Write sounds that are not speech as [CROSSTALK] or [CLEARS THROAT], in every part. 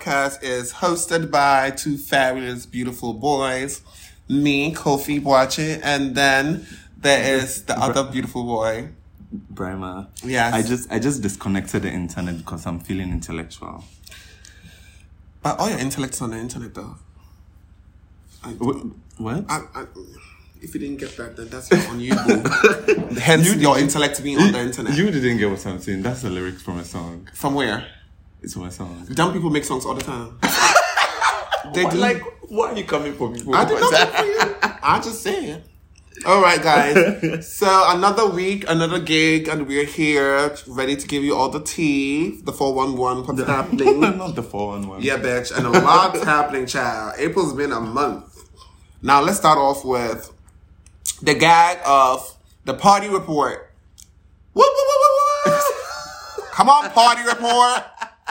hosted by two fabulous, beautiful boys, me, Kofi Boache, and then there is the other beautiful boy. Brima. Yes. I just I just disconnected the internet because I'm feeling intellectual. But all your intellect's on the internet though. I, what? I, I, if you didn't get that, then that's on you. [LAUGHS] Hence you, your intellect being on the internet. You didn't get what I'm saying. That's the lyrics from a song. From where? It's from a song. Dumb people make songs all the [LAUGHS] time. they what, like why are you coming for me? I did not [LAUGHS] come for you. I just said. All right, guys. so another week, another gig, and we're here ready to give you all the tea. The four one one. What's [LAUGHS] happening? not the four one one. Yeah, bitch. And a lot's [LAUGHS] happening, child. April's been a month. Now let's start off with the gag of the party report. Whoop, whoop, whoop, whoop, Come on, party report.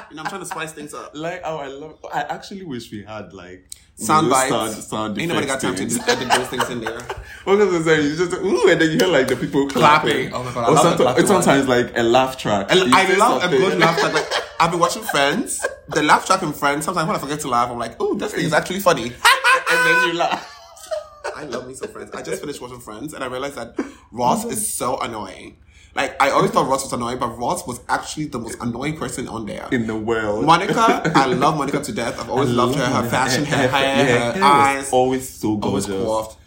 You know, I'm trying to spice things up. [LAUGHS] Like, oh, I love. I actually wish we had like sound real bites. Sound, sound Ain't nobody got time to effects [LAUGHS] just edit those things in there. What was I saying? You just ooh, and then you hear like the people Clapping. clapping. Oh my God, I Or love the sometimes, clapping it's sometimes like a laugh track. And You I say love something. a good laugh [LAUGHS] track. Like I've been watching Friends, the laugh track in Friends. Sometimes when I forget to laugh, I'm like, "Oh, this thing is actually funny." [LAUGHS] and then you laugh. I love me some Friends. I just finished watching Friends, and I realized that Ross is so annoying. Like I always thought Ross was annoying, but Ross was actually the most annoying person on there. In the world, Monica, I love Monica to death. I've always I loved her, love her it. fashion, [LAUGHS] her hair, her, was eyes. always so Always gorgeous. coiffed.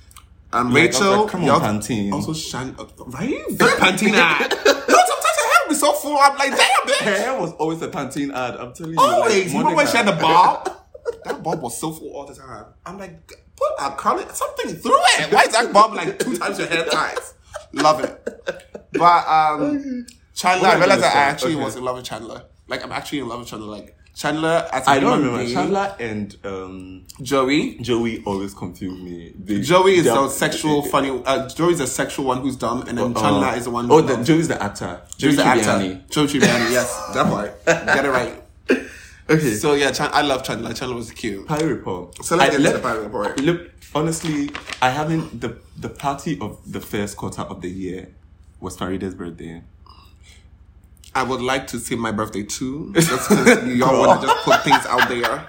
Um, Like, I was Rachel, like, come on, y'all- Pantene. ah. Also, Shan, uh, right? [LAUGHS] The Pantene. ad. no, sometimes her hair be so full. I'm like, damn, bitch. Her hair was always a Pantene ad. I'm telling you, Always. Like, you remember when she had Monica- the bob? [LAUGHS] that bob was so full all the time. I'm like, put a color, something through it. Why is that bob like two times your hair size? Love it. But um, Chandler, What I am I realized gonna I say? actually Okay. was in love with Chandler. Like, I'm actually in love with Chandler. Like, Chandler as a I human don't remember. being- Chandler and um, Joey. Joey always confuse me. They- Joey is they the are- [LAUGHS] sexual funny. Uh, Joey's the sexual one who's dumb, and then Uh, Chandler is the one. Oh, who's the, dumb. Joey's the actor. Joey's the Joey actor. Tribbiani. Joey Tribbiani. [LAUGHS] Yes, that part. Get it right. Okay. So yeah, Chan- I love Chandler. Chandler was cute. Pirate Report. So let's I- get into the Pirate Report. Look, honestly, I haven't the the party of the first quarter of the year was Farida's birthday. I would like to see my birthday [LAUGHS] too. Just because y'all want to just put things out there.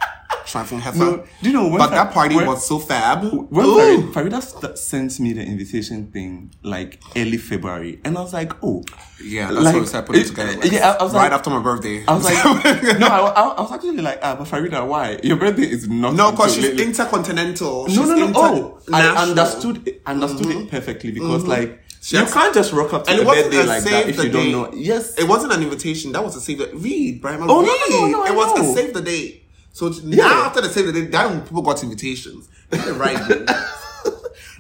Trifling heifer. No, do you know when But I- that party when- was so fab. When Ooh. Farida, Farida st- sent me the invitation thing like early February, and I was like, oh, yeah, that's like, what we started putting it- together. yeah, I- I was right like- after my birthday. I [LAUGHS] was like, no, I, wa- I was actually like, ah, but Farida, why your birthday is not no, because until she's lately." intercontinental. no, She's no, no. Oh, international. I Mm-hmm. understood it- understood it perfectly because like She you has- can't just rock up to And a it wasn't birthday a like save that if the you don't date. know. Yes, It wasn't an invitation. That was a save the read, Brian. Oh, no, read. no, no, no, I It was know. a save the date. So now after the save the date, that when people got invitations. Get it [LAUGHS] right. dude.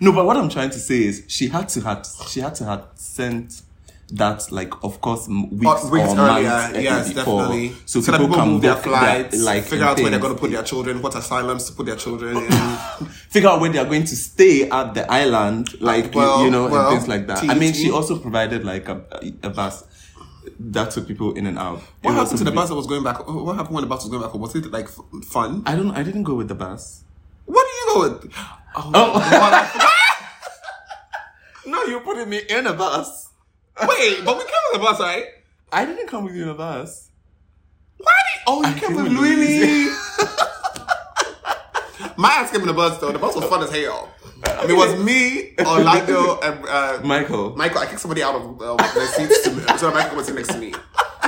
No, but what I'm trying to say is she had to had she had to had sent that like of course m- weeks, Uh, weeks or earlier, months uh, yes, before, definitely. So, that people, can move their book flights, like figure out where they're things. going to put their children, what asylums to put their [LAUGHS] children in. figure out where they are going to stay at the island, like you- Well, you know, well, E and things like that. I tea, mean, tea. she also provided like a, a bus that took people in and out. What It was happened to the a- bus that was going back? oh, What happened when the bus was going back? Was it like f- fun? I don't. I didn't go with the bus. What do you go with? Oh, Lord, I No, you're putting me in a bus. forgot. wait, but we came with the bus, right? I didn't come with you in a bus. Why did? Oh, you I came [LAUGHS] came with with Louis. My ass came in the bus though. The bus was fun as hell. I mean, it was me, Orlando, and uh, Michael. Michael. I kicked somebody out of uh, the seats to, so that Michael was sit next to me.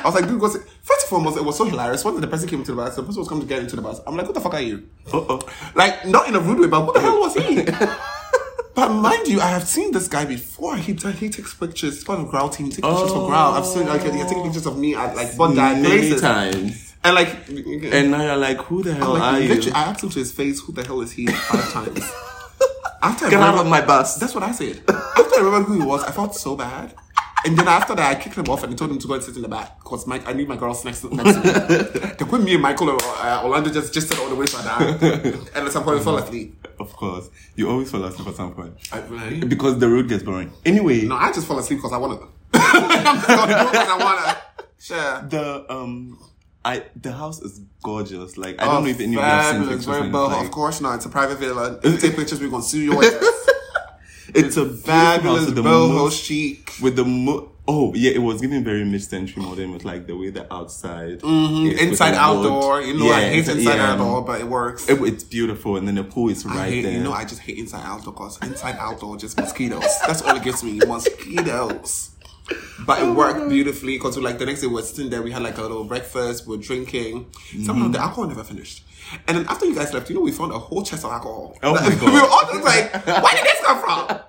was like, dude, go sit. First and foremost, it was so hilarious. When the person came into the bus, the person was coming to get into the bus. I'm like, who the fuck are you? Uh-oh. Like, not in a rude way, but who the hell was he? [LAUGHS] but mind you, I have seen this guy before. He ta- he takes pictures. He's part of Growl team. He takes pictures for Growl. I've seen like he taking pictures of me at like Bondi Many places. times. And like, And now you're like, who the hell like, are literally, you? I asked him to his face, who the hell is he? [LAUGHS] Five times. After I Get out remember- of my bus. that's what I said. After I remembered who he was, I felt so bad. And then after that, I kicked him off and told him to go and sit in the back because Mike, I need my girls next, to- next to me. [LAUGHS] they put me and Michael and uh, Orlando just just sit all the way further out. And at some point, we fell asleep. Of course. You always fall asleep at some point. I, Because the road gets boring. Anyway, no, I just fell asleep because I wanted them. [LAUGHS] I'm just gonna do it 'cause I wanna. Sure. the um I the house is gorgeous. Like I Oh, don't know if any of you have seen fabulous, pictures. very and it's boho. like- of course not. It's a private villa. If you take pictures, we're gonna sue your [LAUGHS] ass. it's a beautiful house Fabulous, with the boho most- chic. with the mo- oh yeah, it was giving very mid-century modern with like the way the outside, is with Mm-hmm, Inside, the wood. outdoor. You know, I Yeah, hate inside, yeah. outdoor, but it works. It- it's beautiful, and then the pool is right I hate, there. you know, I just hate inside outdoor because inside outdoor just mosquitoes. That's all it gives me, mosquitoes. But it worked beautifully because like the next day we were sitting there, we had like a little breakfast, we were drinking. Mm-hmm. Somehow the alcohol never finished. And then after you guys left, you know, we found a whole chest of alcohol. Oh [LAUGHS] my we were God. all just like, where did this come from?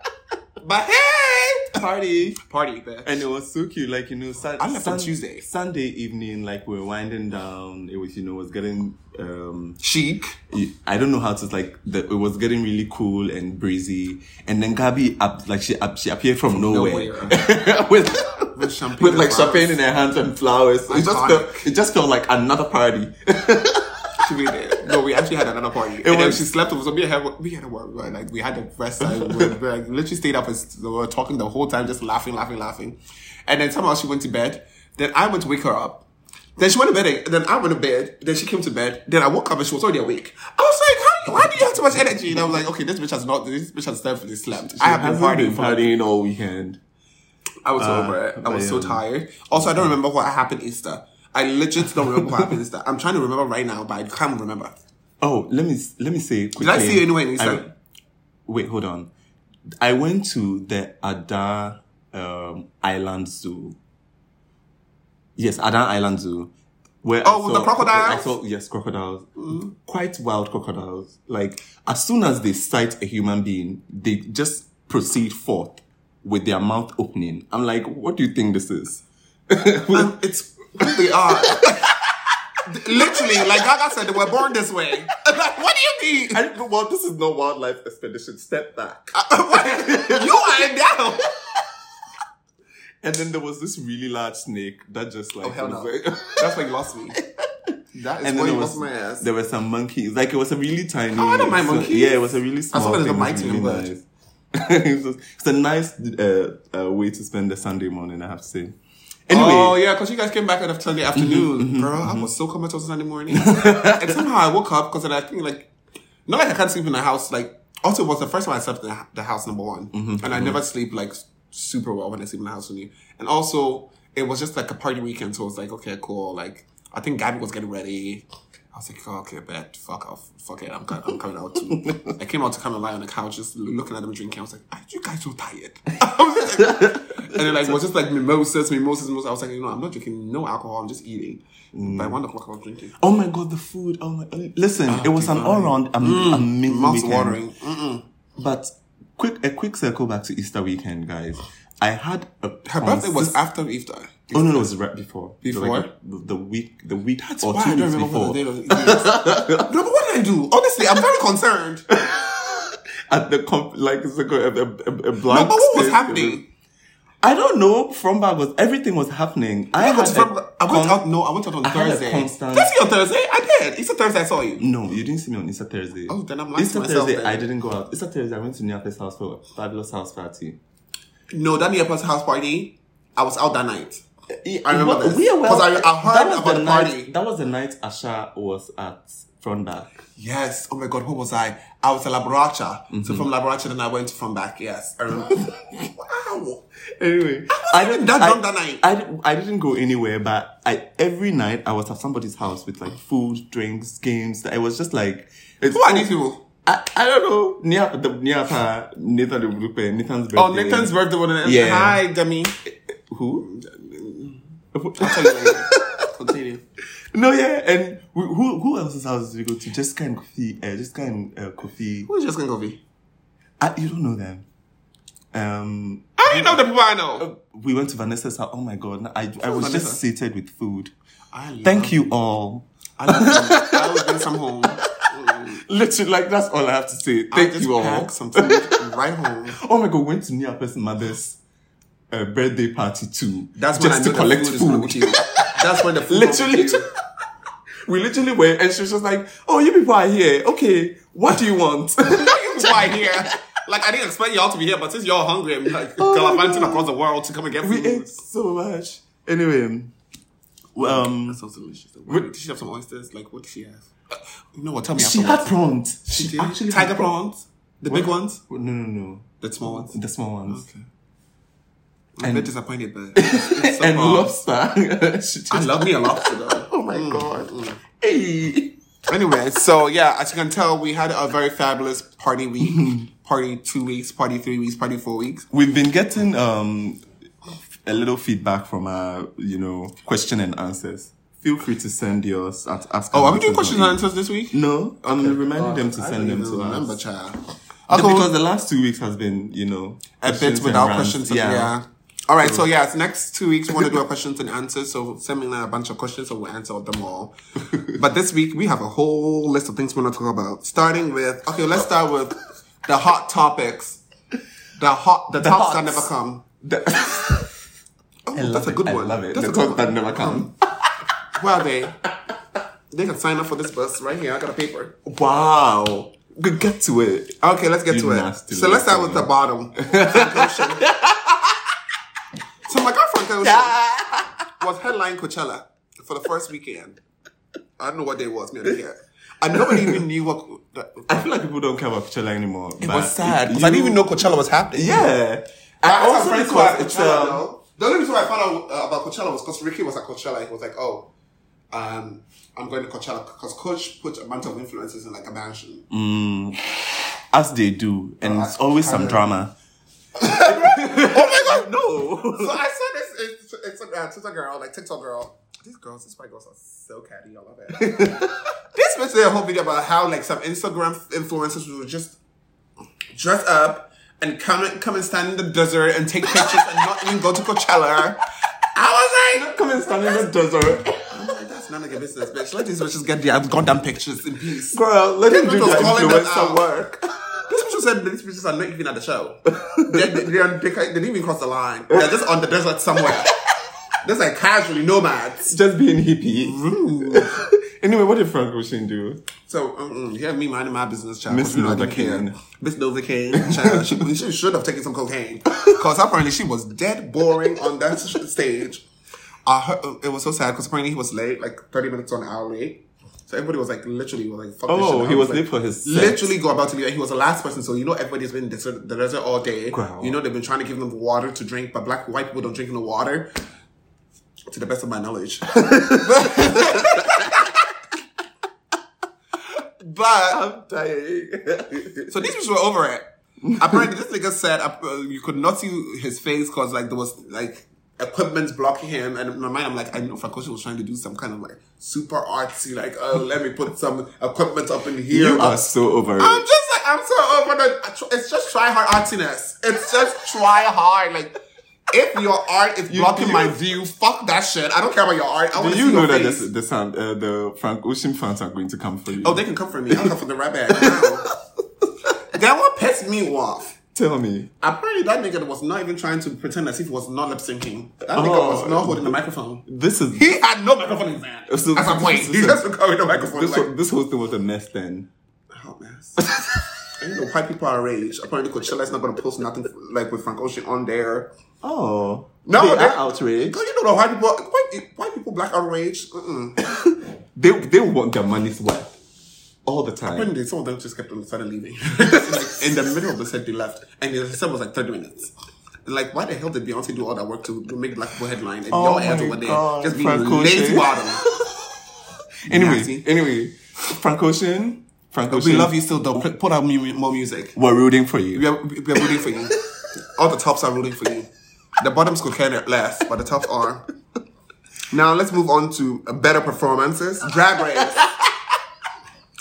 But hey, party. party, bitch. And it was so cute, like you know. Sun- I left on Tuesday. Sunday evening, like we were winding down. It was, you know, was getting um, chic. I don't know how to like the, it was getting really cool and breezy and then Gabi up like she up, she appeared from nowhere, [LAUGHS] with With champagne with and like flowers. champagne in her hands and flowers it just Iconic. felt it just felt like another party She really did. No, we actually had another party. and then was- she slept over. So me and her, we had a work. right? Like we had the rest. Like, we were, like, literally stayed up and s- we were talking the whole time, just laughing, laughing, laughing. And then somehow she went to bed. Then I went to wake her up. Then she went to bed. Then I went to bed. Then she came to bed. Then I woke up and she was already awake. I was like, "How- why do you have so much energy? And I was like, okay, this bitch has not. This bitch has definitely slept. I Uh, [LAUGHS] have been Hasn't partying. for like- partying all weekend I was over it. I was so yeah. tired. Also, I don't remember what happened Easter. I legit don't remember what happened Easter. I'm trying to remember right now, but I can't remember. oh let me let me say quickly, Did I see you anywhere in Easter? I- wait hold on I went to the Ada um, Island Zoo yes Ada Island Zoo where I Oh, with the saw- crocodiles? Mm. I saw yes crocodiles quite wild crocodiles. Like as soon as they sight a human being, they just proceed forth with their mouth opening. I'm like, what do you think this is? [LAUGHS] Um, it's who [LAUGHS] they are. Uh, Literally, like Gaga said, they were born this way. [LAUGHS] Like, what do you mean? I, well, this is no wildlife expedition. Step back. [LAUGHS] you are in doubt. And then there was this really large snake that just like, Oh hell no! was like- [LAUGHS] That's where you lost me. That is and where then there you lost was my ass. there were some monkeys. Like it was a really tiny. I don't mind so- monkeys. Yeah, it was a really small. saw it as a thing. It was mighty really bird. nice. [LAUGHS] It was- it's a nice uh, uh, way to spend a Sunday morning. I have to say. Anyway, Oh yeah, because you guys came back on a Sunday afternoon, girl. I was so comatose Sunday morning, [LAUGHS] and somehow I woke up because I think like not like I can't sleep in the house. Like also it was the first time I slept in the- the house number one, and I never sleep like s- super well when I sleep in the house with you. And also it was just like a party weekend, so it was like okay, cool. Like I think Gabby was getting ready. I was like, oh, okay, bet, fuck off, fuck it, I'm, co- I'm coming out too. I came out to come and lie on the couch, just l- looking at them drinking. I was like, are you guys so tired? [LAUGHS] and then like, it was just [LAUGHS] like mimosas, mimosas, mimosas. I was like, you know, I'm not drinking no alcohol, I'm just eating. Mm. By one o'clock, I was drinking. Oh my god, the food! Oh my, listen, it was an Ah, divine. all-round am- amazing Mouth's weekend. watering. Mm. Mm-mm. But quick, a quick circle back to Easter weekend, guys. I had a Her birthday was consist- after Easter. oh no, no, it was right before Before? Like, the, the week, the week That's or why two I don't weeks remember before. what the date of [LAUGHS] Easter is. No, but what did I do? Honestly, I'm very concerned. No, At the comp, like it's like a, a, a, a but blank. what was space. happening? I don't know. From back was everything was happening. I, I, had went from, a I went con- out. No, I went out on I had a Thursday. constant- Did I see you on Thursday? I did. It's a Thursday. I saw you. No, you didn't see me on Easter Thursday. Oh, then I'm lying to Easter myself Thursday. then. I didn't go out. Easter Thursday, I went to Niape's house for a fabulous house party. No, that Nia Plus house party. I was out that night. I remember this. We are well, 'Cause I- I heard that was about the the night, party. That was the night Asha was at front back. Yes. Oh my God. What was I? I was a Laboracha. So Mm-hmm. from Laboracha, then I went from back. Yes. I remember. [LAUGHS] wow. Anyway, I wasn't even that drunk that night. I, di- I didn't go anywhere, but I every night I was at somebody's house with like food, drinks, games. It was just like it's Who are these people? I, I don't know. Niap the Niapa Nathan Rupe, Oh, Nathan's birthday. Oh, Nathan's birthday. was- Yeah. Hi, Demi. who? [LAUGHS] no, Tell you later. Continue. yeah, and we, who who else's house did we go to? Jessica and Kofi. Uh, Jessica and uh, Kofi. Who's Jessica and Kofi? Uh, you don't know them. Um, I didn't know the people I know. we went to Vanessa's house. Oh my god, no, I I was was Vanessa? just sated with food. I love Thank you all. I love them. I will bring some [LAUGHS] home. Mm. Literally, like that's all I have to say. I'll Thank just you all. pack some food right home. Oh my god, went to Niapa's mother's uh, birthday party too. That's when just I know to collect the food, is not with you. That's when the food Literally. Is not with [LAUGHS] we literally went, and she was just like, "Oh, you people are here. Okay, what do you want?" [LAUGHS] you. That's [LAUGHS] why I'm here. Like I didn't expect y'all to be here, but since y'all hungry, I'm like Oh my gallivanting God. across the world to come and get we food. ate so much. Anyway, well, um, That sounds delicious. What, did she have some oysters? Like what did she have? Uh, You know what? Tell me she afterwards. had prawns. She She did? actually tiger had- prawns, the big ones, No, no, no, the small ones. the small ones. Okay. I'm a And- bit disappointed, but it's so and far. lobster. [LAUGHS] she just, I love Mm, me a lobster though. Oh my god. Hey. [LAUGHS] Anyway, so yeah, as you can tell, we had a very fabulous party [LAUGHS] week, party two weeks, party three weeks, party four weeks. We've been getting um a little feedback from our, you know, question and answers. Feel free to send yours at E ask. Oh, are we doing questions and answers this week? No, I'm reminding them to send them to remember, us. child. The- Okay, because the last two weeks has been, you know, a bit without questions. Yeah. All right. So yes, next two weeks we want to do a questions and answers. So send me like, a bunch of questions, so we'll answer them [LAUGHS] all. but this week we have a whole list of things we want to talk about. Starting with okay, let's start with the hot topics. The hot, the, tops that hots. never come. Oh, I love that's a it. good I one. love it. That's the a good talks one. that never come. Where are they? They can sign up for this bus right here. I got a paper. Wow. Good get to it. Okay, let's get to it. nasty So let's start little with the [LAUGHS] bottom. Frank Ocean. so my girl Frank Ocean [LAUGHS] was headline Coachella for the first weekend. I don't know what day it was, me I don't care. And nobody [LAUGHS] even knew what. That, I feel like people don't care about Coachella anymore. It because I didn't even know Coachella was happening. Yeah. I I also also friends think who are at it's Coachella, um, though. The only reason why I found out uh, about Coachella was because Ricky was at Coachella. He was like, "Oh, um, I'm going to Coachella because Coach put a bunch of influencers in like a mansion." as they do, Oh, and it's always some drama. [LAUGHS] oh my god, So I saw this it's, it's a uh, Twitter girl, like TikTok girl. These girls, these white girls are so catty, I love [LAUGHS] it. this bitch did a whole video about how like some Instagram influencers would just dress up and come and come and stand in the desert and take pictures and not even go to Coachella. I was no! Come and stand in the desert. like, [LAUGHS] that's none of your business, bitch. Let these bitches get their goddamn pictures in peace. Girl, let him This do bitch was that calling them influencer out. work. This bitch said these bitches are not even at the show. they, they, they, are- they can't- they didn't even cross the line. They're just on the desert somewhere. Just like casually nomads. [LAUGHS] Just being hippie. anyway, what did Frank Ocean do? So, mm-mm, you have me minding my business, child. Miss You know, I didn't Novocaine. care. Miss Novocaine. Child, she, she should have taken some [LAUGHS] cocaine. Because apparently she was dead boring on that s- stage. I heard, uh, it was so sad because apparently he was late, like 30 minutes on an hour late. So everybody was like, literally, was like, fuck this Oh, shit. I he was like, late for his set. Literally go about to leave. and He was the last person. So, you know, everybody's been in the desert, the desert all day. Wow. You know, they've been trying to give them water to drink, but black, white people don't drink no water. To the best of my knowledge. but I'm dying. so these people were over it. Apparently, this nigga said uh, you could not see his face because like there was like equipment blocking him. And in my mind, I'm like, I know Francoshi was trying to do some kind of like super artsy, like oh, let me put some equipment up in here. you are so over I'm it. just like I'm so over the. It's just try hard artiness. It's just try hard. Like if your art is blocking do- my view, fuck that shit. I don't care about your art. I want to Do you see know your that face. this, the sound, uh, the Frank Ocean fans are going to come for you? Oh, they can come for me. I'll come for the right back. [LAUGHS] now. that one pissed me off. tell me. Apparently, that nigga was not even trying to pretend as if he was not lip syncing. That nigga Oh. was not holding the microphone. This is He had no microphone in his hand. So- At some point, [LAUGHS] he so- just took away the microphone. this, like, whole, this whole thing was a mess then. hot mess. Oh, And you know, white people are rage. Apparently, Coachella's not gonna post nothing like with Frank Ocean on there. Oh. No, they that- are outraged. Because you know, the white people, white, white people, black outrage. Mm-mm. [LAUGHS] They they want their money's worth all the time. Apparently, some of them just kept on started leaving. [LAUGHS] like in the middle of the set, they left, and the set was like thirty minutes. Like, why the hell did Beyonce do all that work to, to make black people headline and Oh your ass my over there God, just being Frank lazy Ocean. bottom? Anyway, Nasty. anyway, Frank Ocean, Frank [LAUGHS] Ocean, We love you still, though. Put out mu- more music. We're rooting for you. We are, we are rooting for you. All the tops are rooting for you. The bottoms could care less, but the tops are. Now let's move on to better performances. Drag Race. [LAUGHS]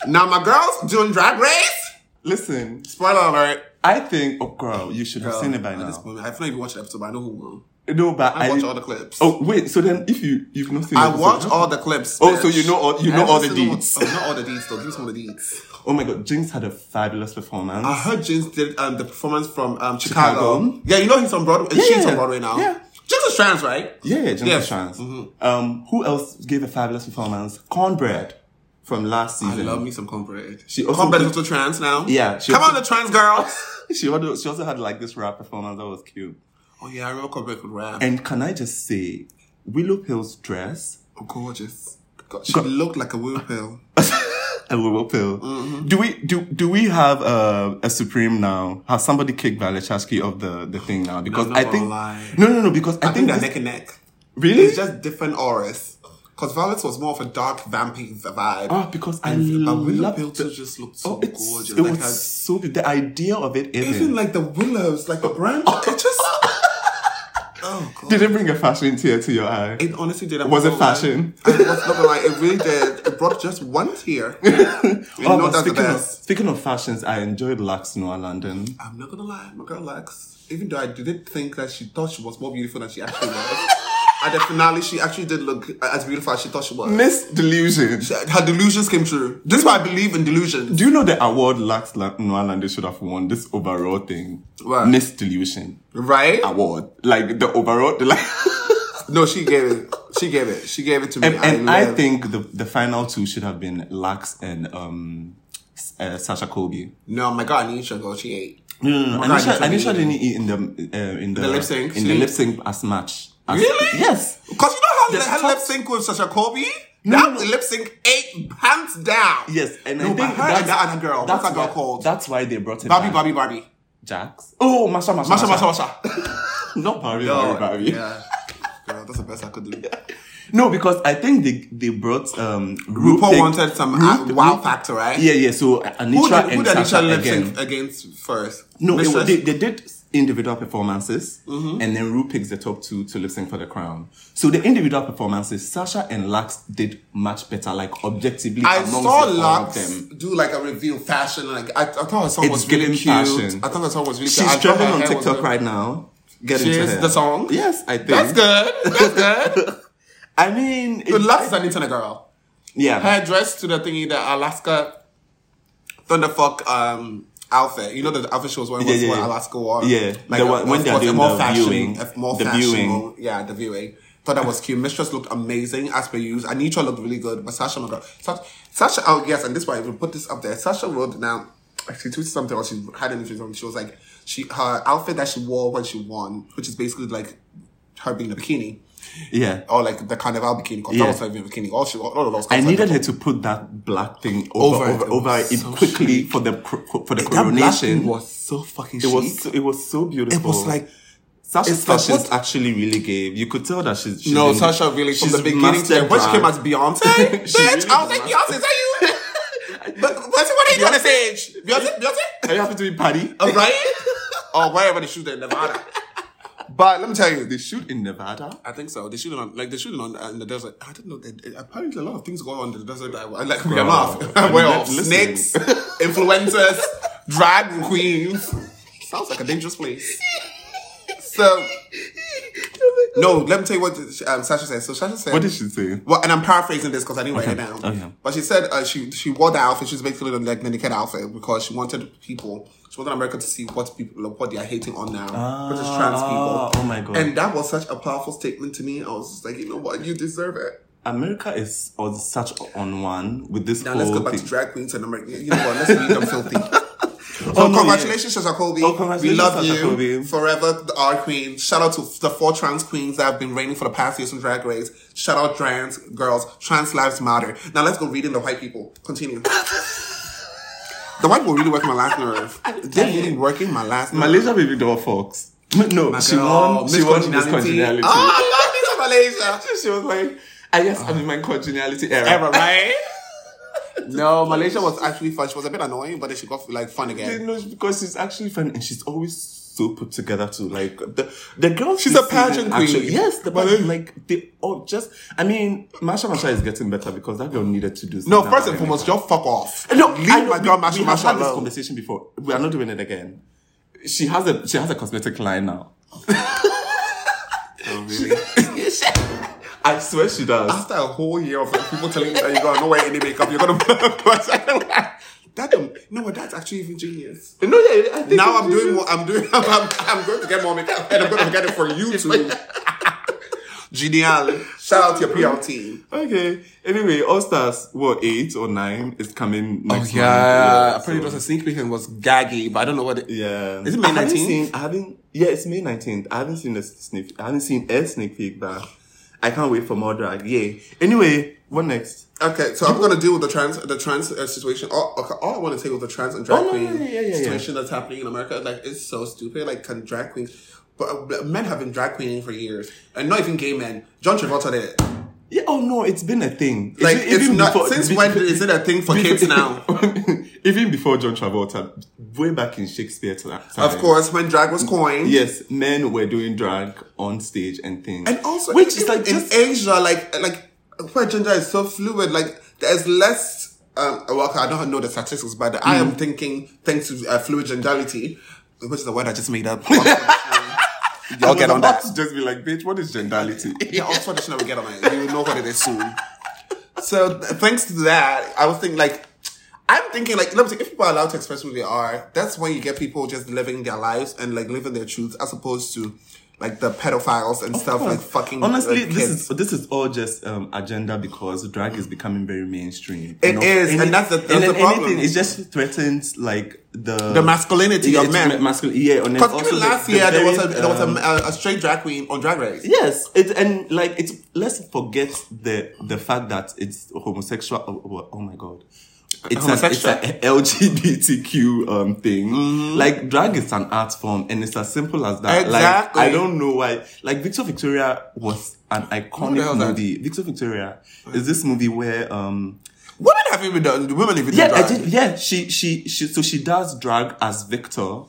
now my girls doing Drag Race. Listen, Spoiler alert. I think, oh girl, you should have seen it by At this now. point, I've not even watched the episode, but I know who won. No, but I, I, watch didn't- all the clips. Oh wait, so then if you you've not seen, I episode- watch all the clips. Oh, so bitch. you know all you know Every all the single one- deeds. Oh, not all the deeds though. Give me some of the deeds. Oh my god, Jinx had a fabulous performance. I heard Jinx did um, the performance from um, Chicago. Chicago. Yeah, you know he's on Broadway. she's yeah. on Broadway now. Yeah. Jinx is trans, right? yeah, Jinx Yeah. Chance. Mm-hmm. Um, who else gave a fabulous performance? Cornbread from last I season. love me some cornbread. She She also- cornbread is also trans now. Yeah, she Come also- on, the trans girls. [LAUGHS] [LAUGHS] she also she also had like this rap performance that was cute. oh yeah, I remember cornbread could rap. And can I just say, Willow Pill's dress [LAUGHS] oh, gorgeous. God, she looked like a wheelbarrow. and Willow Pill. Mm-hmm. Do we do do we have uh, a supreme now? Has somebody kicked Valachowski off the the thing now? Because I'm not I gonna think lie. no no no because I, I think think, they're this- neck and neck. really It's just different auras. Because Violet was more of a dark vampy vibe. Ah, because I but Willow love Pilter the, just looked so oh, it's, gorgeous. it like was her- so beautiful. The idea of it, even, even like the willows, like the branch. It just. Oh god. [LAUGHS] did it bring a fashion tear to your eye? It honestly did. I'm Was not it gonna lie. fashion? [LAUGHS] I was not gonna lie, it really did. It brought just one tear. You Oh, know that's but the speaking, of, best. speaking of fashions, I enjoyed Lux Noir London. [LAUGHS] I'm not gonna lie, my girl Lex. Even though I didn't think that she thought she was more beautiful than she actually [LAUGHS] was, at the finale she actually did look as beautiful as she thought she was. Miss Delusion. Her delusions came true. This is why I believe in delusions. Do you know the award Lux La- Noir London should have won? This overall thing. What? Miss Delusion Right? award. Like the overall, [LAUGHS] the, like. No, she gave it. She gave it. She gave it to me. and I love- think the the final two should have been Lux and um, S- uh, Sasha Colby. No, my God, Anisha, girl, she ate. No, no, no. Oh my God, Anisha, you Anisha should be- didn't eat in the uh, in the, The lip sync, in she- the lip sync as much. As, Really? Yes. Because you know The how her top- lip sync with Sasha Colby? No, that no, no. lip sync ate pants down. Yes, and No, I but think her that's, and that other girl. What's that girl why- called? That's why they brought it. Barbie, back. Barbie, Barbie. Jax. Oh, Masha, Masha, Masha, Masha, Masha. Not Barbie, Barbie, Barbie. Yeah. Girl, that's the best I could do. No, because I think they they brought um. Ru RuPaul Peg- wanted some Ru- uh, wow Ru- factor, right? Yeah, yeah. So uh, Anitra Who did, who and did Sasha Anisha lip again. sync against first? No, it, Mistress? Mm-hmm. they, they did individual performances, and then Ru picks the top two to lip sync for the crown. So the individual performances, Sasha and Lux did much better, like objectively. I amongst saw the four of Lux them. do like a reveal fashion. Like I, I thought her song It's was really giving cute. fashion. I thought her song was really cute. I She's thought trending her on hair was TikTok really- right now. Get She into is her. the song? Yes, I think That's good. That's good. I mean, it- But Lux is an internet girl. yeah, Her dress to the thingy, the Alaska Thunderfuck um, outfit. You know the outfit she was wearing Yeah, was yeah, what yeah. Alaska wore. Yeah. The one- of when they're course, doing a more the fashion, viewing. a more The fashionable- Yeah, the viewing. Thought that was cute. Mistress looked amazing as per usual. Anitra looked really good, but Sasha, my girl. Sasha, Sasha, oh yes, and this is why I even put this up there. Sasha wrote now. She tweeted something or she had an interview. She was like, she her outfit that she wore when she won, which is basically like her being a bikini yeah. or like the carnival bikini. Cause Yeah. that was not even bikini. All she, all of those. I clothes are needed different. her to put that black thing over Over it. over, It over was it so quickly for the cr- for the That black thing coronation. was so fucking. it chic. was so, it was so beautiful. It was like Sasha's It's like, fashions what- actually really gave. You could tell that she's, she's no, in- Sasha really from she's the beginning to mastered the when she drag. came as Beyonce, [LAUGHS] bitch. She really I was like, mastered- Beyonce, is that [LAUGHS] you? but but what are you doing on the stage? Beyonce, Are Beyonce, you happy to [LAUGHS] be Patty? Oh, right? or wherever they shoot in Nevada. But let me tell you, They shoot in Nevada. I think so. They shooting on like they shooting on uh, in the desert. I don't know. It, it- apparently, a lot of things go on in the desert. I, I like we are not. [LAUGHS] Bro, We're off. listen. Snakes, influencers, drag queens. Sounds like a dangerous place. So no, let me tell you what um, Sasha said. So Sasha said, What did she say? well, and I'm paraphrasing this because I didn't write it down. okay. But she said uh, she she wore the outfit. She was basically the like naked outfit because she wanted people. She wanted America to see what people like, what they are hating on now, which is trans people. oh my God. And that was such a powerful statement to me. I was just like, you know what, you deserve it. America is on such on one with this Now whole let's go back thing. to drag queens and America. You know what? Let's leave them [LAUGHS] filthy. So Oh, no, congratulations, Sasha Colby. Oh, congratulations, we love Sasha you Colby. forever, our queen. Shout out to the four trans queens that have been reigning for the past years in Drag Race. Shout out trans girls. Trans lives matter. Now let's go read in the white people. [LAUGHS] Continue. the white people really working my last [LAUGHS] nerve. They're really working my last nerve. Malaysia baby doll fox. [LAUGHS] M- No, she Girl, won. She won Miss Congeniality. Oh, I love Miss Malaysia. [LAUGHS] She was like, I guess I'm in my congeniality era. Ever, right? [LAUGHS] No, Malaysia was actually fun. She was a bit annoying, but then she got like fun again. No, because she's actually fun and she's always so put together too. Like the the girls. She's this a pageant season queen. yes, the But pageant, then- like they all just. I mean, Masha Masha is getting better because that girl needed to do. No, something first and about it. foremost, y'all fuck off. No, leave I know, my we- girl Masha we have Masha had this alone. conversation before. We are not doing it again. She has a she has a cosmetic line now. [LAUGHS] Oh, really? I swear she does. After a whole year of like, people telling you that you're gonna not wear any makeup, you're gonna. [LAUGHS] that um, no, that's actually even genius. no, yeah, I think Now it's I'm doing genius. more. I'm doing. [LAUGHS] I'm, I'm, I'm going to get more makeup, and I'm going to get it [LAUGHS] for you too. Genial. Shout out to your PR team. Okay. Anyway, All Stars, what eight or nine is coming Oh, next month. Uh, Apparently, it was a sneak peek and was gaggy, but I don't know what. It, Yeah. Is it May I haven't 19th? seen- I haven't. Yeah, it's May nineteenth. I haven't seen the sneak. I haven't seen a sneak peek, but I can't wait for more drag. Yay! Anyway, what next? Okay, so I'm gonna deal with the trans the trans uh, situation. All, okay, all I want to say with the trans and drag Oh, no, queen yeah, yeah, yeah, yeah. situation that's happening in America, like it's so stupid. Like can drag queens, but but men have been drag queening for years, and not even gay men. John Travolta did it. Yeah. Oh no, it's been a thing. Like Even- it's even not before- since be- when [LAUGHS] is it a thing for kids now? even before John Travolta, way back in Shakespeare time. Of course, when drag was coined, Yes, men were doing drag on stage and things. and also which is even like in just Asia, like like where gender is so fluid, like there's less. Um, well, okay, I don't know the statistics, but I am Mm. thinking thanks to uh, fluid genderality, which is the word I just made up. [LAUGHS] I Y'all was get on about that. to Just be like, bitch, what is genderality? Yeah, Oxford Dictionary will get on it. You will know what it is soon. So th- thanks to that, I was thinking like, I'm thinking like, let me see, if people are allowed to express who they are, that's when you get people just living their lives and like living their truths, as opposed to like the pedophiles and stuff like fucking. Honestly, uh, this kids. is this is all just um, agenda because drag is becoming very mainstream. It It is, is, and that's the- that's the problem. Anything, it just threatens like the the masculinity yeah, of it's ma- men. masculine, yeah, and then Because also even the- last the year there was a various, there was um, a, a, a straight drag queen on Drag Race. Yes, it, and like it's let's forget the the fact that it's homosexual. Oh, oh, oh my god, it's an it's Homosexual. Mm-hmm. a LGBTQ um thing. Like drag is an art form, and it's as simple as that. Exactly. Like I don't know why. Like Victor Victoria was an the hell's iconic that? movie. Victor Victoria is this movie where um Women have even done women even yeah done I drag. did, yeah she she she so she does drag as Victor,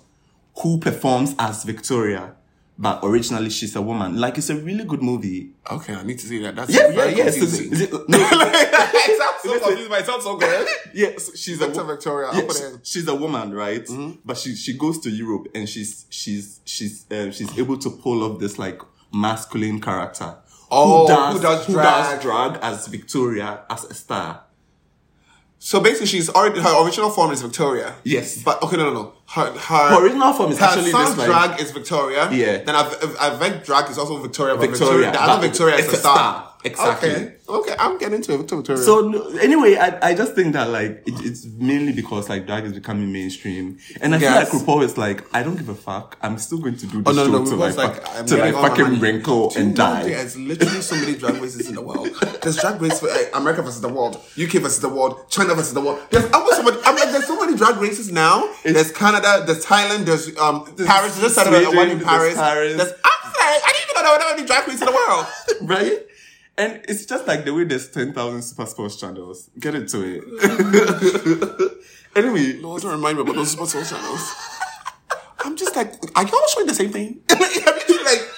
who performs as Victoria. But originally, she's a woman. Like, it's a really good movie. Okay, I need to see that. That's Yeah, yeah, very yeah. So, confusing. is it, no, [LAUGHS] it sounds so Listen. confusing, but it sounds so good. [LAUGHS] yeah, so she's Victor a wo- Victoria, I'll Yeah, put she- it in. she's a woman, right? Mm-hmm. But she she goes to Europe and she's she's she's um, she's able to pull off this like masculine character. Oh, who does drag. drag as Victoria as a star? So basically, she's already, her original form is Victoria. Yes. but okay, no, no, no. Her her, Her original form is her actually son's this like drag is Victoria. Yeah. Then I've I've drag is also Victoria. But Victoria, Victoria, the other but Victoria is it's a a star. star. Exactly. Okay. Okay, I'm getting to it. Victor Victoria. So no, anyway, I, I just think that like it, it's mainly because like drag is becoming mainstream, and I Yes. feel like RuPaul is like I don't give a fuck. I'm still going to do Oh, this no, show no, till RuPaul's like, like, fuck- I'm till I getting all my money. fucking wrinkle Do you and know die. [LAUGHS] There's literally so many drag races in the world. There's drag race for uh, America versus the world, UK versus the world, China versus the world. There's almost so many, I'm like, there's so many drag races now. There's Canada, there's Thailand, there's um Paris. There's just Saturday, Sweden, one in there's Paris. Paris. There's, I'm saying, I didn't even know there were that many drag races in the world. [LAUGHS] right? And it's just like the way there's 10,000 Super Sports channels. Get into it. anyway, Lord, don't remind me about those sports channels. I'm just like, are y'all showing the same thing? [LAUGHS] I mean, like,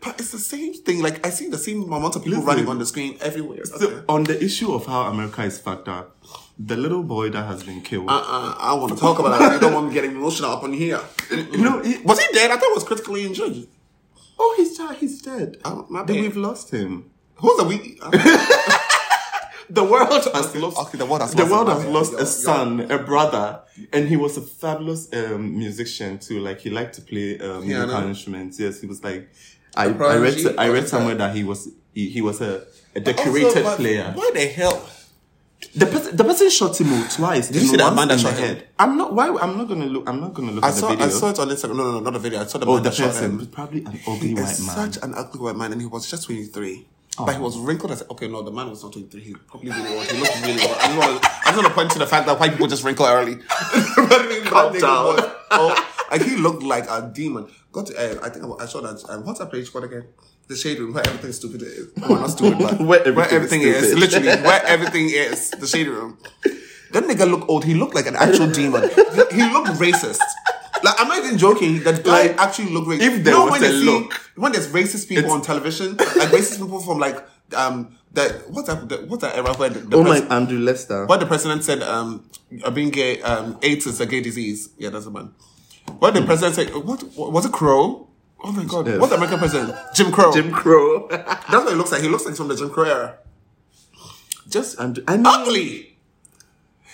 but it's the same thing. Like, I see the same amount of people Listen. running on the screen everywhere. so on the issue of how America is fucked up, the little boy that has been killed. uh, I want to talk about that. I don't want me getting emotional up on here. no, he, Was he dead? I thought he was critically injured. oh, he's, di- he's dead. Oh, my Then bad. We've lost him. Who's the we? [LAUGHS] The world has lost. okay, the world has the lost world him. has Okay, lost yo, a yo. son, a brother, and he was a fabulous um, musician too. Like he liked to play um, Piano. musical instruments. Yes, he was like I, I prodigy? read I What read is somewhere that he was he, he was a, a decorated player. Why the hell? The person, the person shot him out twice. Did you see that man that shot him? I'm not. Why? I'm not gonna look. I'm not gonna look I at saw, the video. I saw it on Instagram. No, no, no, not the video. I saw the oh, man the that shot person, him. probably an ugly He white man. Oh. is such an ugly white man, and he was just 23. But he was wrinkled as okay. No, the man was not 23. He probably really was. He looked really old. I just want to, I just want to point to the fact that white people just wrinkle early. [LAUGHS] Calm down. Oh, like he looked like a demon. Go to. Uh, I think I, I saw that. Um, what's that page called again? The shade room where everything stupid is. Well, not stupid, [LAUGHS] but Where everything is is, stupid. Literally, where everything is. The shade room. That nigga looked old. He looked like an actual demon. He, he looked racist. Like I'm not even joking. That guy Like, actually looked racist. if there was when a they see- look, when there's racist people it's- on television, like racist people from like um that what's that the, what's that era where the, the Oh my, pres- Andrew Lester. what the president said um uh, being gay um AIDS is a gay disease. Yeah, that's the one. What the president said? What, what was it? Crow. Oh my god! Yes. What's the American president? Jim Crow. Jim [LAUGHS] Crow. That's what he looks like. He looks like he's from the Jim Crow era. just Andrew. I know. Ugly.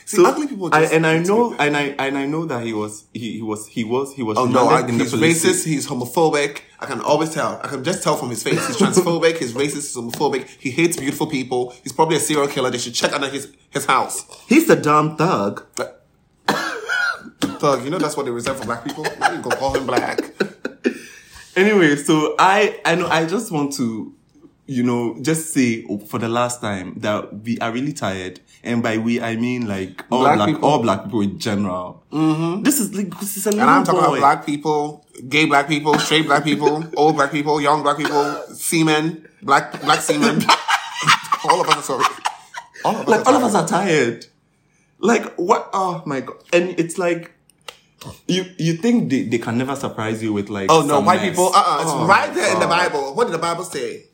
See, So, ugly people. I, Just and I know, and I and I know that he was, he, he was, he was, he was. Oh no, I, remanded in the he's police racist, he's homophobic. I can always tell. I can just tell from his face. [LAUGHS] He's transphobic, he's racist, he's homophobic, he hates beautiful people, he's probably a serial killer. They should check under his, his house. He's a damn thug. But- Thug, you know that's what they reserve for black people? Now you gonna call him [LAUGHS] black. Anyway, so I I know I just want to, you know, just say for the last time that we are really tired, and by we I mean like all Black black, people. all black people in general. Mm-hmm. This is like this is a And little I'm talking about boy. black people, gay black people, straight black people, old black people, young black people, seamen, black black [LAUGHS] seamen. all of us are sorry. All of us Like are all of us sorry. are tired. Like what? Oh my god! And it's like. You you think they, they can never surprise you with like Oh no, some white mess. people. Uh, uh it's Oh, right there in the God. Bible. What did the Bible say?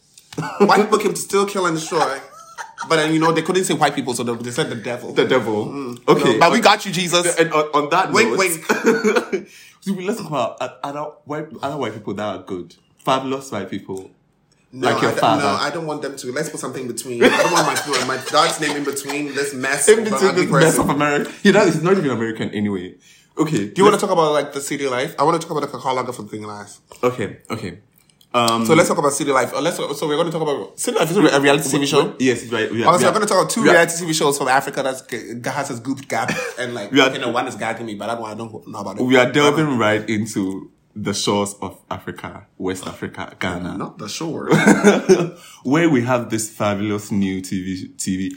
white people came to steal, kill, and destroy. But then you know they couldn't say white people, so they, they said the devil. the devil. Okay, but we got you, Jesus. And uh, on, on that Wink, note, wink. [LAUGHS] so we let's talk about uh, o- other white, other white people that are good, fabulous white people. No, like your I don't- father. No, I don't want them to. Let's put something between. I don't want my my dad's name in between this mess. In of between ugly this mess person. of America, he does, he's not even American anyway. Okay, Do you want to talk about like the city life? I want to talk about the Kakalaga for thing life. Okay, okay. Um, So let's talk about city life. Uh, let's, so we're going to talk about city life is a reality TV show. yes, right. We Honestly, are, we are- I'm going to talk about two we are- reality TV shows from Africa that's that has its goop [LAUGHS] gap and like We are- okay, no one is gagging me, but that one I don't know about it. We are delving right into the shores of Africa, West Africa, Ghana. Not the [LAUGHS] shore. where we have this fabulous new TV TV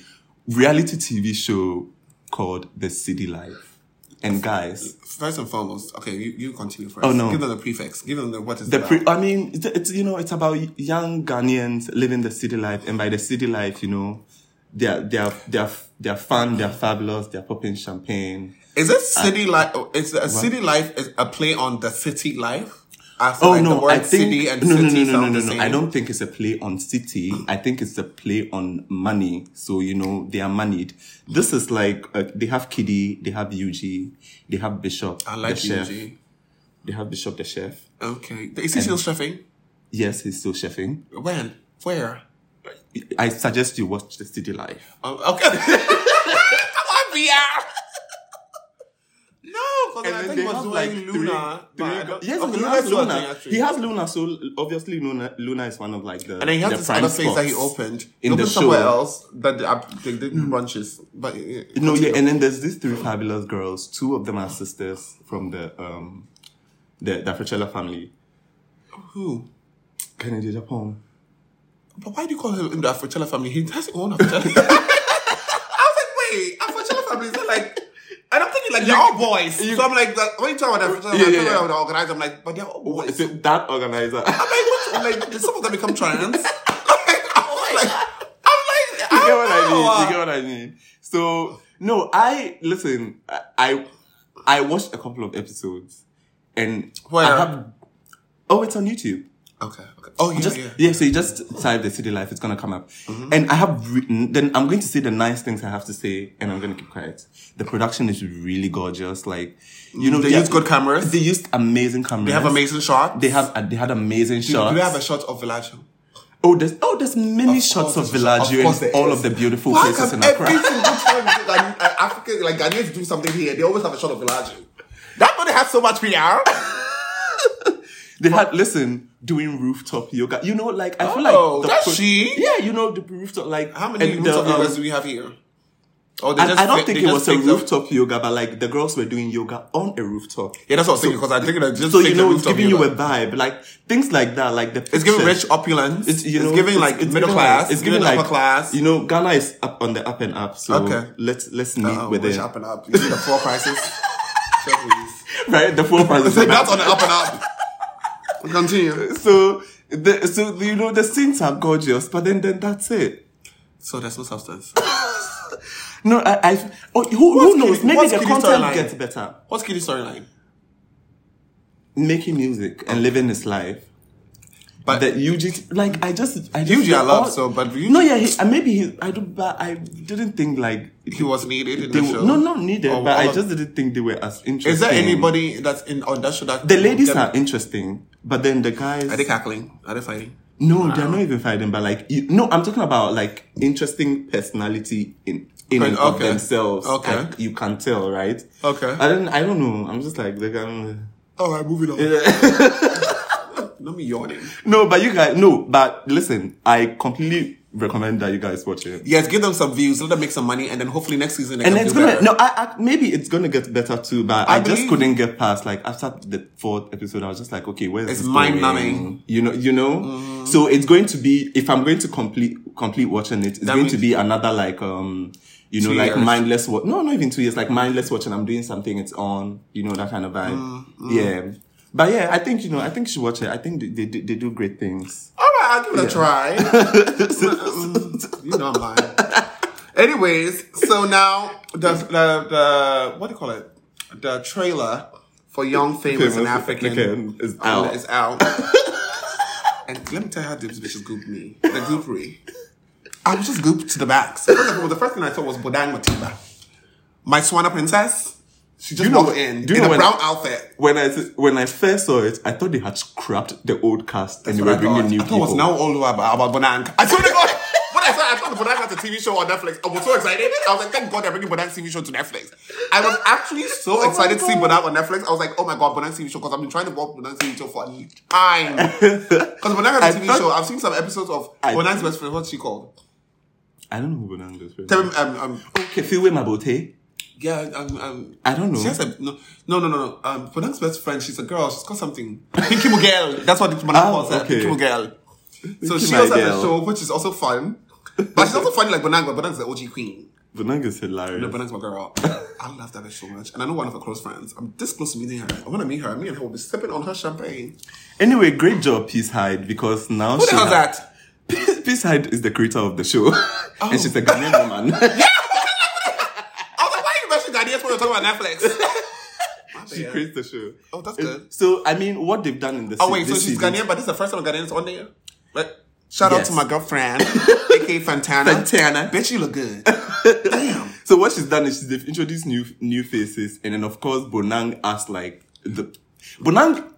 reality TV show called The City Life. And guys, First and foremost, okay, you, you continue first. Oh, no. Give them the prefix. Give them the what is the pre- I mean, it's, it's you know, it's about young Ghanaians living the city life, and by the city life, you know, they're they're they're they're fun, they're fabulous, they're popping champagne. Is it city Uh, life? oh, Is a city life is a play on the city life? I feel Oh like no, the word I think city and no, no, city no, no, no, sound no, the no. same. I don't think it's a play on city. I think it's a play on money. So you know, they are moneyed. This is like uh, they have Kiddy, they have UG, they have Bishop. I like the chef. UG. They have Bishop the chef. Okay, is he still chefing? Yes, he's still chefing. When? Where? I suggest you watch The City Life. Um, okay. [LAUGHS] Come on, VR. No, because I think he was doing Luna. but I don't- yes, okay, he Luna's has doing Luna. actually. He has Luna, so obviously Luna, Luna is one of like the And then he has the this prime other place that he spots. opened. He in the opened somewhere show. else that the, app- the, the brunches. But uh, No, continue. yeah, and then there's these three fabulous girls. Two of them are sisters from the um the the Fricella family. Who? Kennedy Japan. But why do you call him in the Afrochella family? [LAUGHS] He has his own Afrochella. I was like, wait, Afrochella family is not like. And I'm thinking like they're all boys. so I'm like, like, when you talk about Afrochella, Yeah, yeah, yeah, yeah. the organizer, I'm like, but they're all boys. Is it that organizer? [LAUGHS] I'm like, did some of them become trans? [LAUGHS] I'm like, I'm like, I'm like, you get what I I don't know. mean? You get what I mean? So no, I listen. I I- I watched a couple of episodes, and Where? I have. Oh, it's on YouTube. Okay, okay. Oh, yeah, Just yeah. Mm-hmm. yeah. so you just type the city life. It's gonna come up, and I have written. Then I'm going to say the nice things I have to say, and I'm gonna keep quiet. The production is really gorgeous. Like you know, They use good cameras. They used amazing cameras. They have amazing shots. They have. uh, they had amazing shots. Do we have a shot of Villaggio? oh, there's oh, there's many shots course of there's a shot. Of Villaggio course and there all is. of the beautiful Why places can in every Accra. single time you do, like, uh, African, like Ghanaians do something here, they always have a shot of Villaggio? That body has so much PR. They had listen doing rooftop yoga. You know, like I feel Oh, like that's she? Yeah, you know the rooftop. Like How many and the, rooftop um, yogas do we have here? Or they I, I don't they think it just was a fix them? rooftop yoga, but like the girls were doing yoga on a rooftop. Yeah, that's what I was thinking because I think that just So fix you the know, it's rooftop giving you yoga. a vibe, like things like that, like the. It's giving pictures. rich opulence. It's, you know, giving like middle giving class. like- it's giving upper like class. Oh, You know, Ghana is up on the up and up. So Okay. let's let's meet Oh, with rich it. up and up. You see the floor prices. Sure, please. [LAUGHS] Right, the [LAUGHS] four prices. Say that's on the up and up. Continue. so the so you know the scenes are gorgeous, but then then that's it. So there's no substance. No, I, I oh, who, who What's knows? Kiddy- Maybe what's the Kiddy content storyline? gets better. What's Kitty's storyline? making music and living his life. But- But that UG, like I just, I just Yuji I feel love all- so, but Yuji- no, yeah, he, uh, maybe he, I do, but I didn't think like He was needed in they the were, show. no, not needed, Oh, but all I of- just didn't think they were as interesting. Is there anybody that's in on that show that The ladies Them- are interesting, but then the guys. Are they cackling? Are they fighting? No, they're not even fighting, but like, you, no, I'm talking about like interesting personality in in and of Okay. themselves. Okay. Like, you can tell, right? Okay. I don't, I don't know. I'm just like, like I'm, All right, moving on. [LAUGHS] Let me yawning. no, but you guys, no, but listen, I completely recommend that you guys watch it. Yes, give them some views. Let them make some money, and then hopefully next season they And can it's do gonna better. no, I, I maybe it's gonna get better too, but I I, just believe- couldn't get past like after the fourth episode, I was just like, okay, where's It's this mind-numbing. Mm. going? You know, you know. So it's going to be if I'm going to complete complete watching it, it's going means- to be another like um, you know, Two like years. mindless watch. No, not even two years. Like mindless watching. I'm doing something. It's on. You know that kind of vibe. Mm, Yeah. But yeah, I think you know. I think you should watch it. I think they they, do- they do great things. All right, I'll give it a [LAUGHS] try. [LAUGHS] Mm, you know I'm lying. Anyways, so now the the the what do you call it? The trailer for Young Famous and African African is out. Is out. [LAUGHS] and let me tell you how these bitches gooped me. The goopery. I was just gooped to the back. So first of all, the first thing I saw was Bodang Matiba, my Swana princess. She just you know- walked in do in you know a when- brown outfit. When I when I first saw it, I thought they had scrapped the old cast and they were I thought, bringing new I thought it people. was now all over about, about Bonang. I swear to God, [LAUGHS] when I saw, I thought Bonang had a TV show on Netflix. I was so excited. I was like, thank God they're bringing Bonang's TV show to Netflix. I was actually [LAUGHS] so Oh my excited to see God. Bonang on Netflix. I was like, oh my God, Bonang's TV show, because I've been trying to watch Bonang's TV show for a time. [LAUGHS] Because Bonang has a I TV thought- show. I've seen some episodes of I- Bonang's best friend. What's she called? I don't know who Bonang is. Tell me, um, um, Okay, feel with my bote. yeah, um, um, I don't know. she has a, no, no, no, no, no. Um, Bonang's best friend, she's a girl. She's called something. Pinky Mugel. That's what Bonang Oh, calls her. okay. Pinky Mugel. So Pinky she also has a Mugel. show, which is also fun. But she's also funny like Bonang, but Bonang's the OG queen. Bonang is hilarious. No, Bonang's my girl. I love that bitch so much. And I know one of her close friends. I'm this close to meeting her. I want to meet her. Me and her will be sipping on her champagne. Anyway, great job, Peace Hyde, because now Who she the hell's ha- that? Oh. Peace, Peace Hyde is the creator of the show, and she's a [LAUGHS] Ghanaian woman. I was like, why you mentioning ideas when you're talking about [LAUGHS] Netflix? My she bad. creates the show. Oh, that's good. So, I mean, what they've done in the Oh, wait, so this she's season- Ghanaian, but this is the first time Ghanaian's on there? Right? Shout out Yes. to my girlfriend, aka Fantana. Fantana. Bitch, you look [LAUGHS] good. Damn. So what she's done is she's, they've introduced new new faces, and then of course Bonang as like the Bonang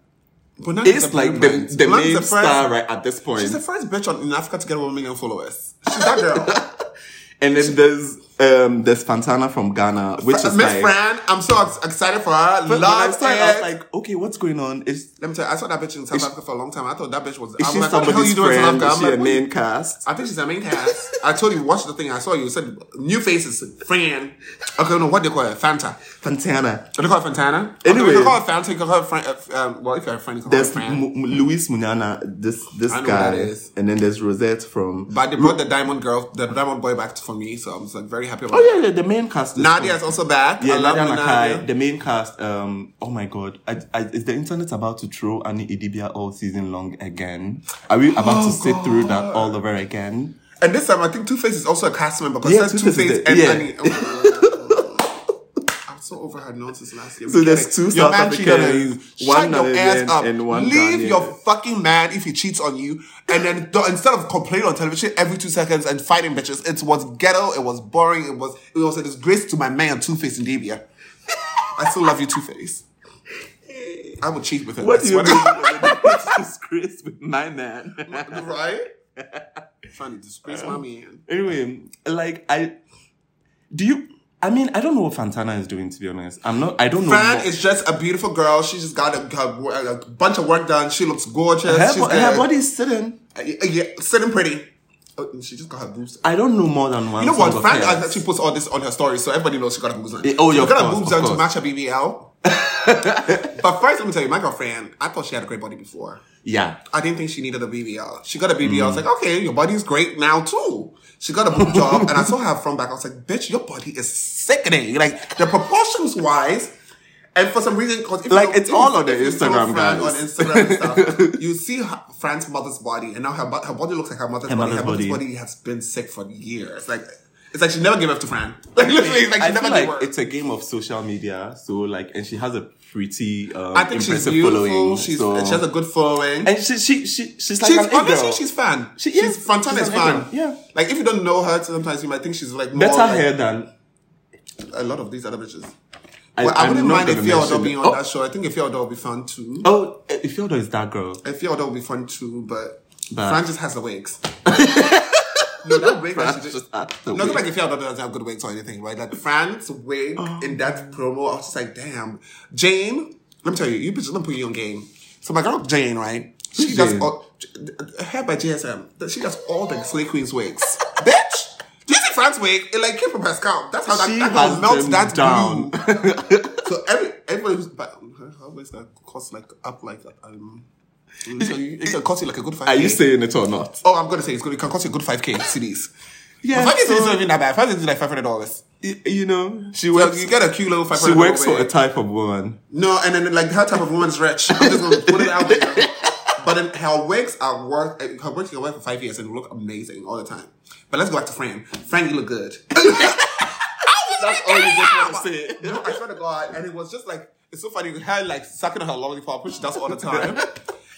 Bonang is the like the, blueprint. the Bonang's main the first- star right at this point. She's the first bitch on, in Africa to get one million followers. She's that [LAUGHS] girl. and then there's um there's Fantana from Ghana, which Miss is like Fran, I'm so ex- excited for her. But when I was Love starting, I was it. like, okay, what's going on? Is Let me tell you, I saw that bitch in South Africa for a long time. I thought that bitch was. is I'm she like, what the hell somebody's you doing in South friend? Africa? Is I'm she a like, main cast? I think she's a main cast. [LAUGHS] I told you, watch the thing. I saw you. You said new faces, Fran. Okay, no, what do you call it? Fanta. Fantana. Do they call it Fantana? Okay, Anyway. you can call it Fanta. You can call it Fran. uh, Um, well, if you're a friend, you can call it There's Fran. M- M- Luis Munana, this this I know who guy, that is. and then there's Rosette from. but they brought the diamond girl, the diamond boy back for me, so I'm just, like very happy about Oh that. yeah, yeah, the main cast. Is Nadia is also back. Yeah, I love Nadia Nadia. Nakai, the main cast. Um, oh my god, I, I, is the internet about to throw Annie Idibia all season long again? Are we about Oh to sit through that all over again? And this time, I think Two Face is also a cast member because Yeah, there's Two Two-Face is Face there. and Yeah. Annie. Oh, I'm so over her nonsense last year. So We there's get it. two Your South man cheated on you. Africans, Shut one your ass Nigerian up. and one Leave Ghanaian. your fucking man if he cheats on you. And then do- instead of complaining on television every two seconds and fighting bitches, it was ghetto. It was boring. It was it was a disgrace to my man Two Face in Davia. [LAUGHS] I still love you, Two Face. I would cheat with him. What I do you swear [LAUGHS] to mean? disgrace with my man. [LAUGHS] God. Right? Trying to disgrace my man. anyway, like I do you I mean I don't know what Fantana is doing to be honest. I'm not I don't know. Fran what- is just a beautiful girl. She just got a, a, a bunch of work done. She looks gorgeous. her, She's bo- good. her body is sitting. Uh, yeah, sitting pretty. Oh, and she just got her boobs. I don't know more than one. You know song what? of Fran hers. actually puts all this on her story, so everybody knows she got her boobs done. Eh, oh, she yeah, of got her course, boobs of done to course. match her [LAUGHS] BBL. but first, let me tell you, my girlfriend. I thought she had a great body before. Yeah. I didn't think she needed a BBL. She got a BBL. I Mm. was like, okay, your body's great now too. She got a boob job, [LAUGHS] and I saw her from back. I was like, bitch, your body is sickening. Like the proportions wise, and for some reason, cause if Like, you- it's all on if the you follow Instagram, Fran guys. On Instagram and [LAUGHS] stuff, you see her, Fran's mother's body, and now her bo- her body looks like her mother's body. mother's her mother's body. body has been sick for years. Like It's like she never gave up to Fran. [LAUGHS] Like [LAUGHS] literally, it's like she I never feel gave like up. it's a game of social media, so like, and she has a pretty, um, I think she's impressive beautiful. following. she's so- she has a good following. and she, she, she, she's like she's an honestly girl. she's fan. She she's is. Fran Tan She's is an fan. A-girl. Yeah. Like if you don't know her, sometimes you might think she's like more better like hair than. a lot of these other bitches. I, Well, I, I'm wouldn't not mind gonna if Theodore mention being it. on oh, that show. I think if Theodore would be fun too. Oh, if Theodore is that girl. I feel that would be fun too, but, But- Fran just has the [LAUGHS] wigs. no, that wig that Fran she did. just had the Not wig. Oh. like if you doesn't have good wigs or anything, right? Like Fran's wig in that promo, I was just like, damn. Jane, let me tell you, you bitches, let me put you on game. So my girl Jane, right? She Who's does Jane? all hair by GSM. She does all the Slay Queen's wigs. [LAUGHS] Bitch! Do you see Fran's wig? It like came from her scalp. That's how that, She that girl has melts them that down. glue. [LAUGHS] [LAUGHS] So every everybody who's but how much that cost like up like um so you, it can cost you like a good five. Are you saying it or not? Oh, I'm gonna say it's gonna it can cost you a good five k CDs. [LAUGHS] Yeah, five k so- CDs not even that bad. Five k CDs is like five hundred dollars. Y- You know, she Well, works. you get a kilo five She hundred. works for a type of woman. no, and then like her type of woman's rich. I'm just gonna put it out [LAUGHS] there. But then her wigs are worth uh, her wigs can work for five years and look amazing all the time. But let's go back to Fran. Fran, you look [LAUGHS] good. That's all you just want to say. No, I swear to God. And it was just like, it's so funny. Her like sucking on her lollipop, which she does all the [LAUGHS] time.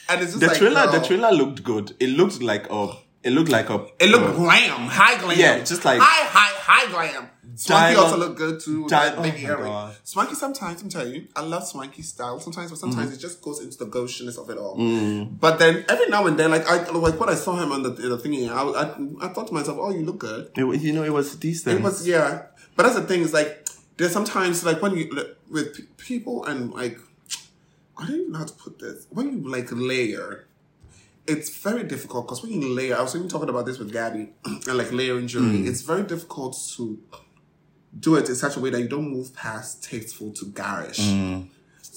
And it's just The like, trailer, girl, the trailer looked good. It looked like a, it looked like a. uh, It looked glam, high glam. Yeah, just like- high, high, high glam. Swanky Dialogue- also looked good too. With Di- that oh baby my earring. God. Swanky sometimes, I'm telling you, I love Swanky style. Sometimes, but sometimes Mm. it just goes into the gaucheness of it all. But then every now and then, like I like when I saw him on the, the thingy, I, I I thought to myself, oh, you look good. It was- you know, it was decent. It was yeah, but that's the thing is like there's sometimes like when you like, with p- people and like I don't even know how to put this when you like layer, it's very difficult because when you layer, I was even talking about this with Gabby [CLEARS THROAT] and like layering jewelry, it's very difficult to do it in such a way that you don't move past tasteful to garish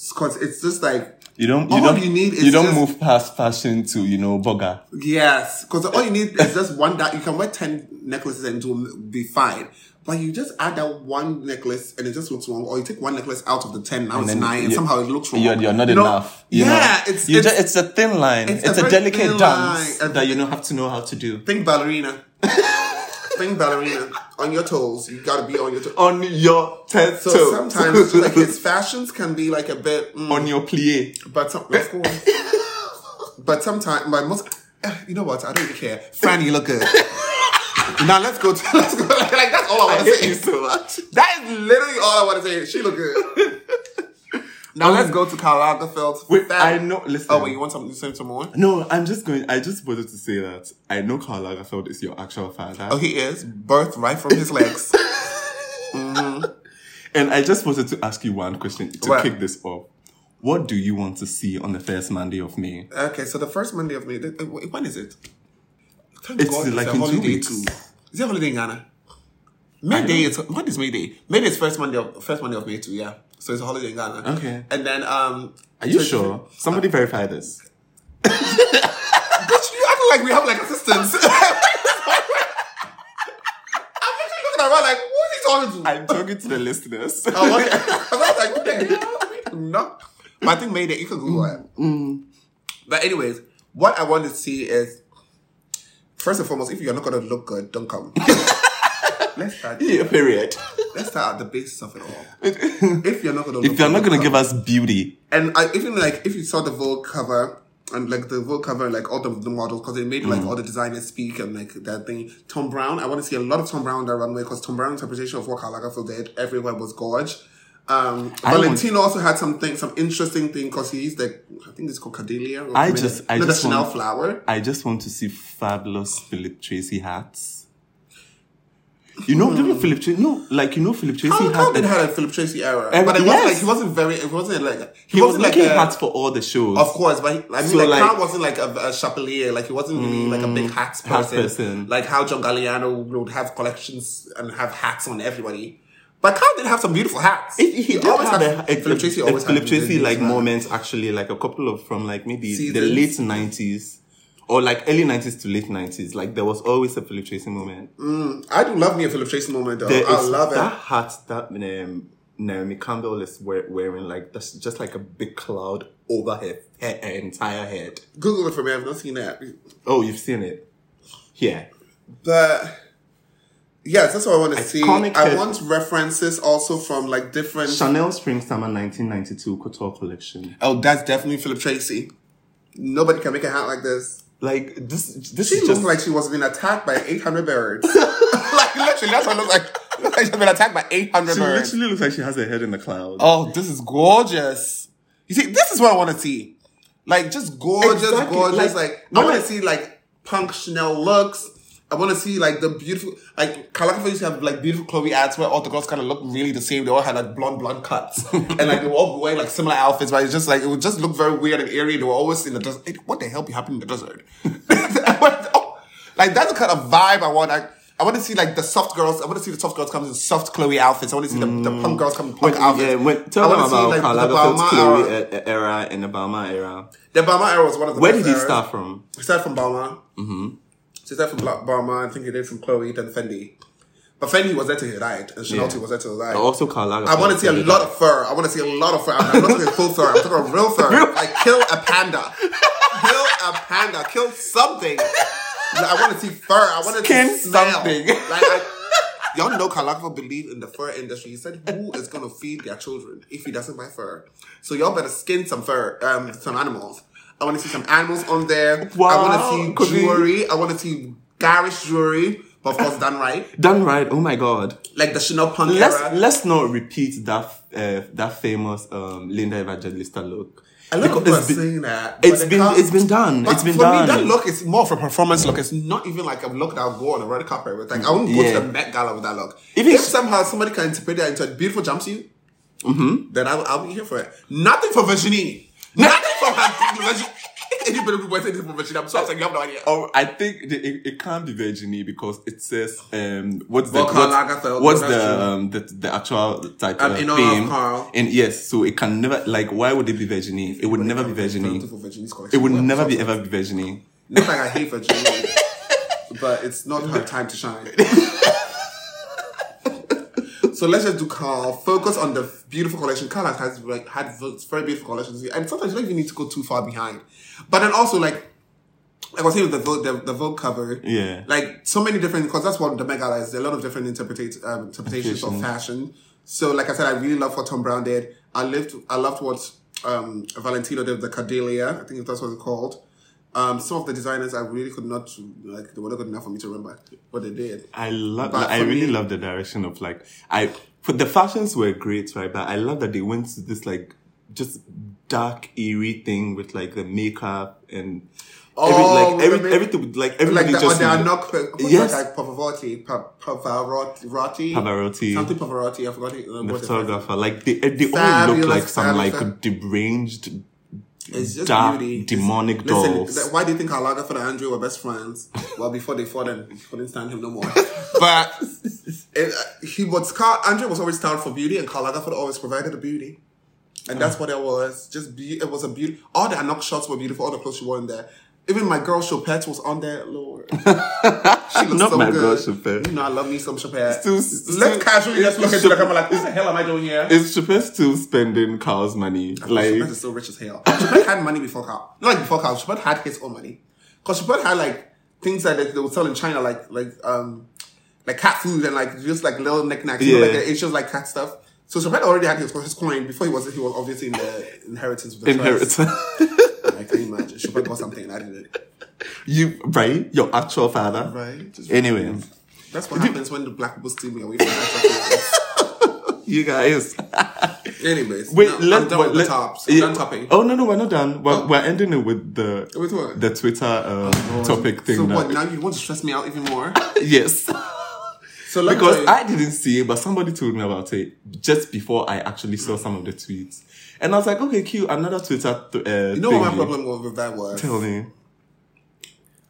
because it's just like. you don't. You all don't. you need is you don't just- move past fashion to you know bugger. Yes, because all you need is just one that you can wear ten necklaces and it will be fine. But you just add that one necklace and it just looks wrong, or you take one necklace out of the ten, now it's then nine, and you- somehow it looks wrong. You're, you're not You know? enough. you yeah, know? it's, You it's ju- it's a thin line. it's It's, a a, very thin delicate dance line. that you know have to know how to do. think ballerina, think ballerina on your toes. You gotta be on your toes. On your test So sometimes it's like his fashions can be like a bit, mm, [LAUGHS] on your plie. but some, of course. but sometimes my most. eh, You know what? I don't even care. Fran, you [LAUGHS] look good. now let's go. To, let's go. [LAUGHS] Like, that's all I want to say. so much. That is literally all I want to say. She look good. [LAUGHS] now let's go to Karl Lagerfeld's Wait, fat- I know. Listen. Oh wait, you want something? You say some more? No, I'm just going. I just wanted to say that I know Karl Lagerfeld is your actual father, Oh, he is birthed right from his legs. [LAUGHS] and I just wanted to ask you one question to What? kick this off. What do you want to see on the first Monday of May? okay, so the first Monday of May. th- uh, wait, When is it? Thank It's like in two weeks. Is it a holiday in Ghana? May Day is what is May Day? May Day is first Monday of first Monday of May too. Yeah, so it's a holiday in Ghana. Okay. and then um, Are you sure? Uh, Somebody verify this. Bitch, you acting like we have like assistants. [LAUGHS] I'm actually looking around like, who is he talking to? I'm talking to the [LAUGHS] listeners. I was, I was like, what the hell? No. But I think Mayday, you could Google it. Mm, But anyways, what I want to see is, first and foremost, if you're not going to look good, don't [LAUGHS] come. let's, start, Yeah, period. let's start at the basis of it all. If you're not going to look If you're good, don't not gonna come. give us beauty, And I even like if you saw the Vogue cover and like the Vogue cover, like all the, the models, because they made like Mm. all the designers speak and like that thing. Tom Brown, I want to see a lot of Tom Brown on that runway because Tom Brown's interpretation of what Karl Lagerfeld did everywhere was gorge. Um, I want- Valentino also had something, some interesting thing because he's the, I think it's called Cadelia. Or I something. just- I no, just the Chanel want- flower. I just want to see fabulous Philip Tracy hats. You know, remember Philip Tracy? No, like you know, Philip Tracy Tom had Brown did the- had a Philip Tracy era, Um, but it yes. wasn't like he wasn't very, it wasn't like He was like making hats for all the shows. Of course, but he- I mean, So, like, like- Carl wasn't like a, a chapelier, like he wasn't really like a big hats Hat person, person. like how John Galliano would have collections and have hats on everybody. But Carl did have some beautiful hats. He, he did have a, a, Philip Tracy a always Philip had Tracy really like beautiful moments actually like a couple of from like maybe the Seasons. late nineties or like early nineties to late nineties. Like there was always a Philip Tracy moment. hats. I do love me a Philip Tracy moment, though. There Mm, I is love that it. hat that um, Naomi Campbell is wear, wearing. Like that's just like a big cloud over her, her, her entire head. Google it for me. I've not seen that, Oh, you've seen it. Yeah. but Yes, that's what I want to see. Iconic I head- want references also from like different. Chanel Spring Summer 1992 Couture collection. oh, that's definitely Philip Tracy. Nobody can make a hat like this. Like this, this She is looks just [LAUGHS] like she was being attacked by 800 birds. [LAUGHS] like, literally, that's what it looks like. Looks like she's been attacked by 800 She birds. literally looks like she has her head in the clouds. Oh, this is gorgeous. You see, this is what I want to see. Like, just gorgeous, Exactly, gorgeous. like- Like, I want like- to see, like, punk Chanel looks. I want to see, like, the beautiful, like, Calaca used to have, like, beautiful Chloe ads where all the girls kind of look really the same. They all had, like, blonde, blonde [LAUGHS] cuts. and, like, they were all wearing, like, similar outfits, but it's just, like, it would just look very weird and eerie. They were always in the desert. It- What the hell be happening in the desert? [LAUGHS] I want- oh, like, that's the kind of vibe I want. I, I want to see, like, the soft girls. I want to see the soft girls come in soft Chloe outfits. I want to see the, the Mm. punk girls come in punk When- outfits. yeah, when, tell I them wanna see, about like, Karl the Lagerfeld's Balmain Chloe era. e- e- era and the Balmain era. The Balmain era was one of the Where best did he eras. start from? He started from Balmain. Mm-hmm. He started from Bla- Balmain. I think he did from Chloe, then Fendi. But Fendi was there till he died, and Chanelty Yeah. was there till he died. Also Karl Lagerfeld. I want to see a lot of fur. I want to see a lot of fur. I'm not [LAUGHS] talking full fur. I'm talking about real fur. Like kill a panda, kill a panda, kill something. Like, I want to see fur. I want to Skin see smell. something. Like [LAUGHS] I, y'all know, Kalakva believe in the fur industry. He said, "Who is gonna feed their children if he doesn't buy fur?" So y'all better skin some fur, um, some animals. I want to see some animals on there. I Wow. want to Could see we- jewelry. I want to see garish jewelry, but of course done right, Done right. Oh my god. like the Chanel punk Let's era. let's not repeat that uh, that famous um, Linda Evangelista look. I love people are Because it's been, saying that. but it's it been can't- it's been done. But it's been for done. me, that look is more of a performance look. It's not even like a look that I'll go on a red carpet with. Like I wouldn't go to Yeah. the Met Gala with that look. If it's- if somehow somebody can interpret that into a beautiful jumpsuit, Mm-hmm. then I'll, I'll be here for it. Nothing for Virginie. Nothing for her. Virginie. [LAUGHS] Anybody who wears anything for Virginie, I'm sorry, you have no idea. Oh, I think the, it, it can't be Virginie because it says um what's the Well, Karl what's, Lagerfeld, what's that's the true. um the, the actual title Um, uh, in honor of theme. Karl. and yes so it can never like why would it be Virginie it would never be Virginie Nothing for Virginie's collection. it would Well, never so- be ever be Virginie Not like I hate Virginie, but it's not her time to shine. so let's just do Carl. Focus on the beautiful collection. Carl has, has like had very beautiful collections, and sometimes you don't even need to go too far behind. But then also like. Like I was saying with the Vogue, the, the Vogue cover, Yeah. like so many different because that's what the Megala is. There are a lot of different interpretate, um, interpretations of fashion. So, like I said, I really love what Tom Brown did. I lived, I loved what um, Valentino did, the Cordelia. I think that's what it's called. Um, some of the designers I really could not like; they were not good enough for me to remember what they did. I love. But I for really me- love the direction of like I. But the fashions were great, right? But I love that they went to this like just dark, eerie thing with like the makeup and Oh, every, like every, with the ma- everything with, like everybody Like the, just they are not yes. Yes. like Pavarotti, Pa- Pavarotti, Pavarotti. something Pavarotti. I forgot it. uh, the what it was. photographer. Like they they all Fabulous, look like some like fabulous. deranged, It's just dark, beauty. demonic Listen, dolls. th- why do you think Karl Lagerfeld and Andrew were best friends? Well, before they fought and couldn't stand him no [LAUGHS] more. but [LAUGHS] it, uh, he was Carl, Andrew was always styled for beauty, and Karl Lagerfeld always provided the beauty. And Oh. that's what it was. Just be, it was a beauty. All the Anok shots were beautiful. All the clothes she wore in there. Even my girl Chopette was on there. [LAUGHS] Lord, she looked Not so my good. girl, Chopette. You know I love me some Chopette. Still- still- Let's casually just look into the camera like, what the hell am I doing here? Is supposed still spending Carl's money? Like Chappelle is so rich as [COUGHS] hell. Chappelle had money before Carl. Not like before Carl. Chappelle had his own money. Because Chappelle had like things that they, they would sell in China, like like um like cat food and like just like little knickknacks. You know, like Yeah. the Asians like cat stuff. So Chappelle already had his, his coin before he was he was obviously in the inheritance with the inheritance. trust. I can imagine. Chappelle got something and I didn't. [LAUGHS] you right? Your actual father. Right. Just- Anyway. That's what happens when the black people steal me away from my You guys. Anyways, Wait, no, let's I'm done wait, with the let- tops. yeah. I'm done topping. Oh no, no, we're not done. We're, we're ending it with the With what? Oh, the Twitter um, topic thing. So that- what? Now you want to stress me out even more? [LAUGHS] yes, So let me tell because you- I didn't see it, but somebody told me about it just before I actually Mm. saw some of the tweets, and I was like, okay, cute, another Twitter. Th- uh, You know what my problem was with that was? Tell me.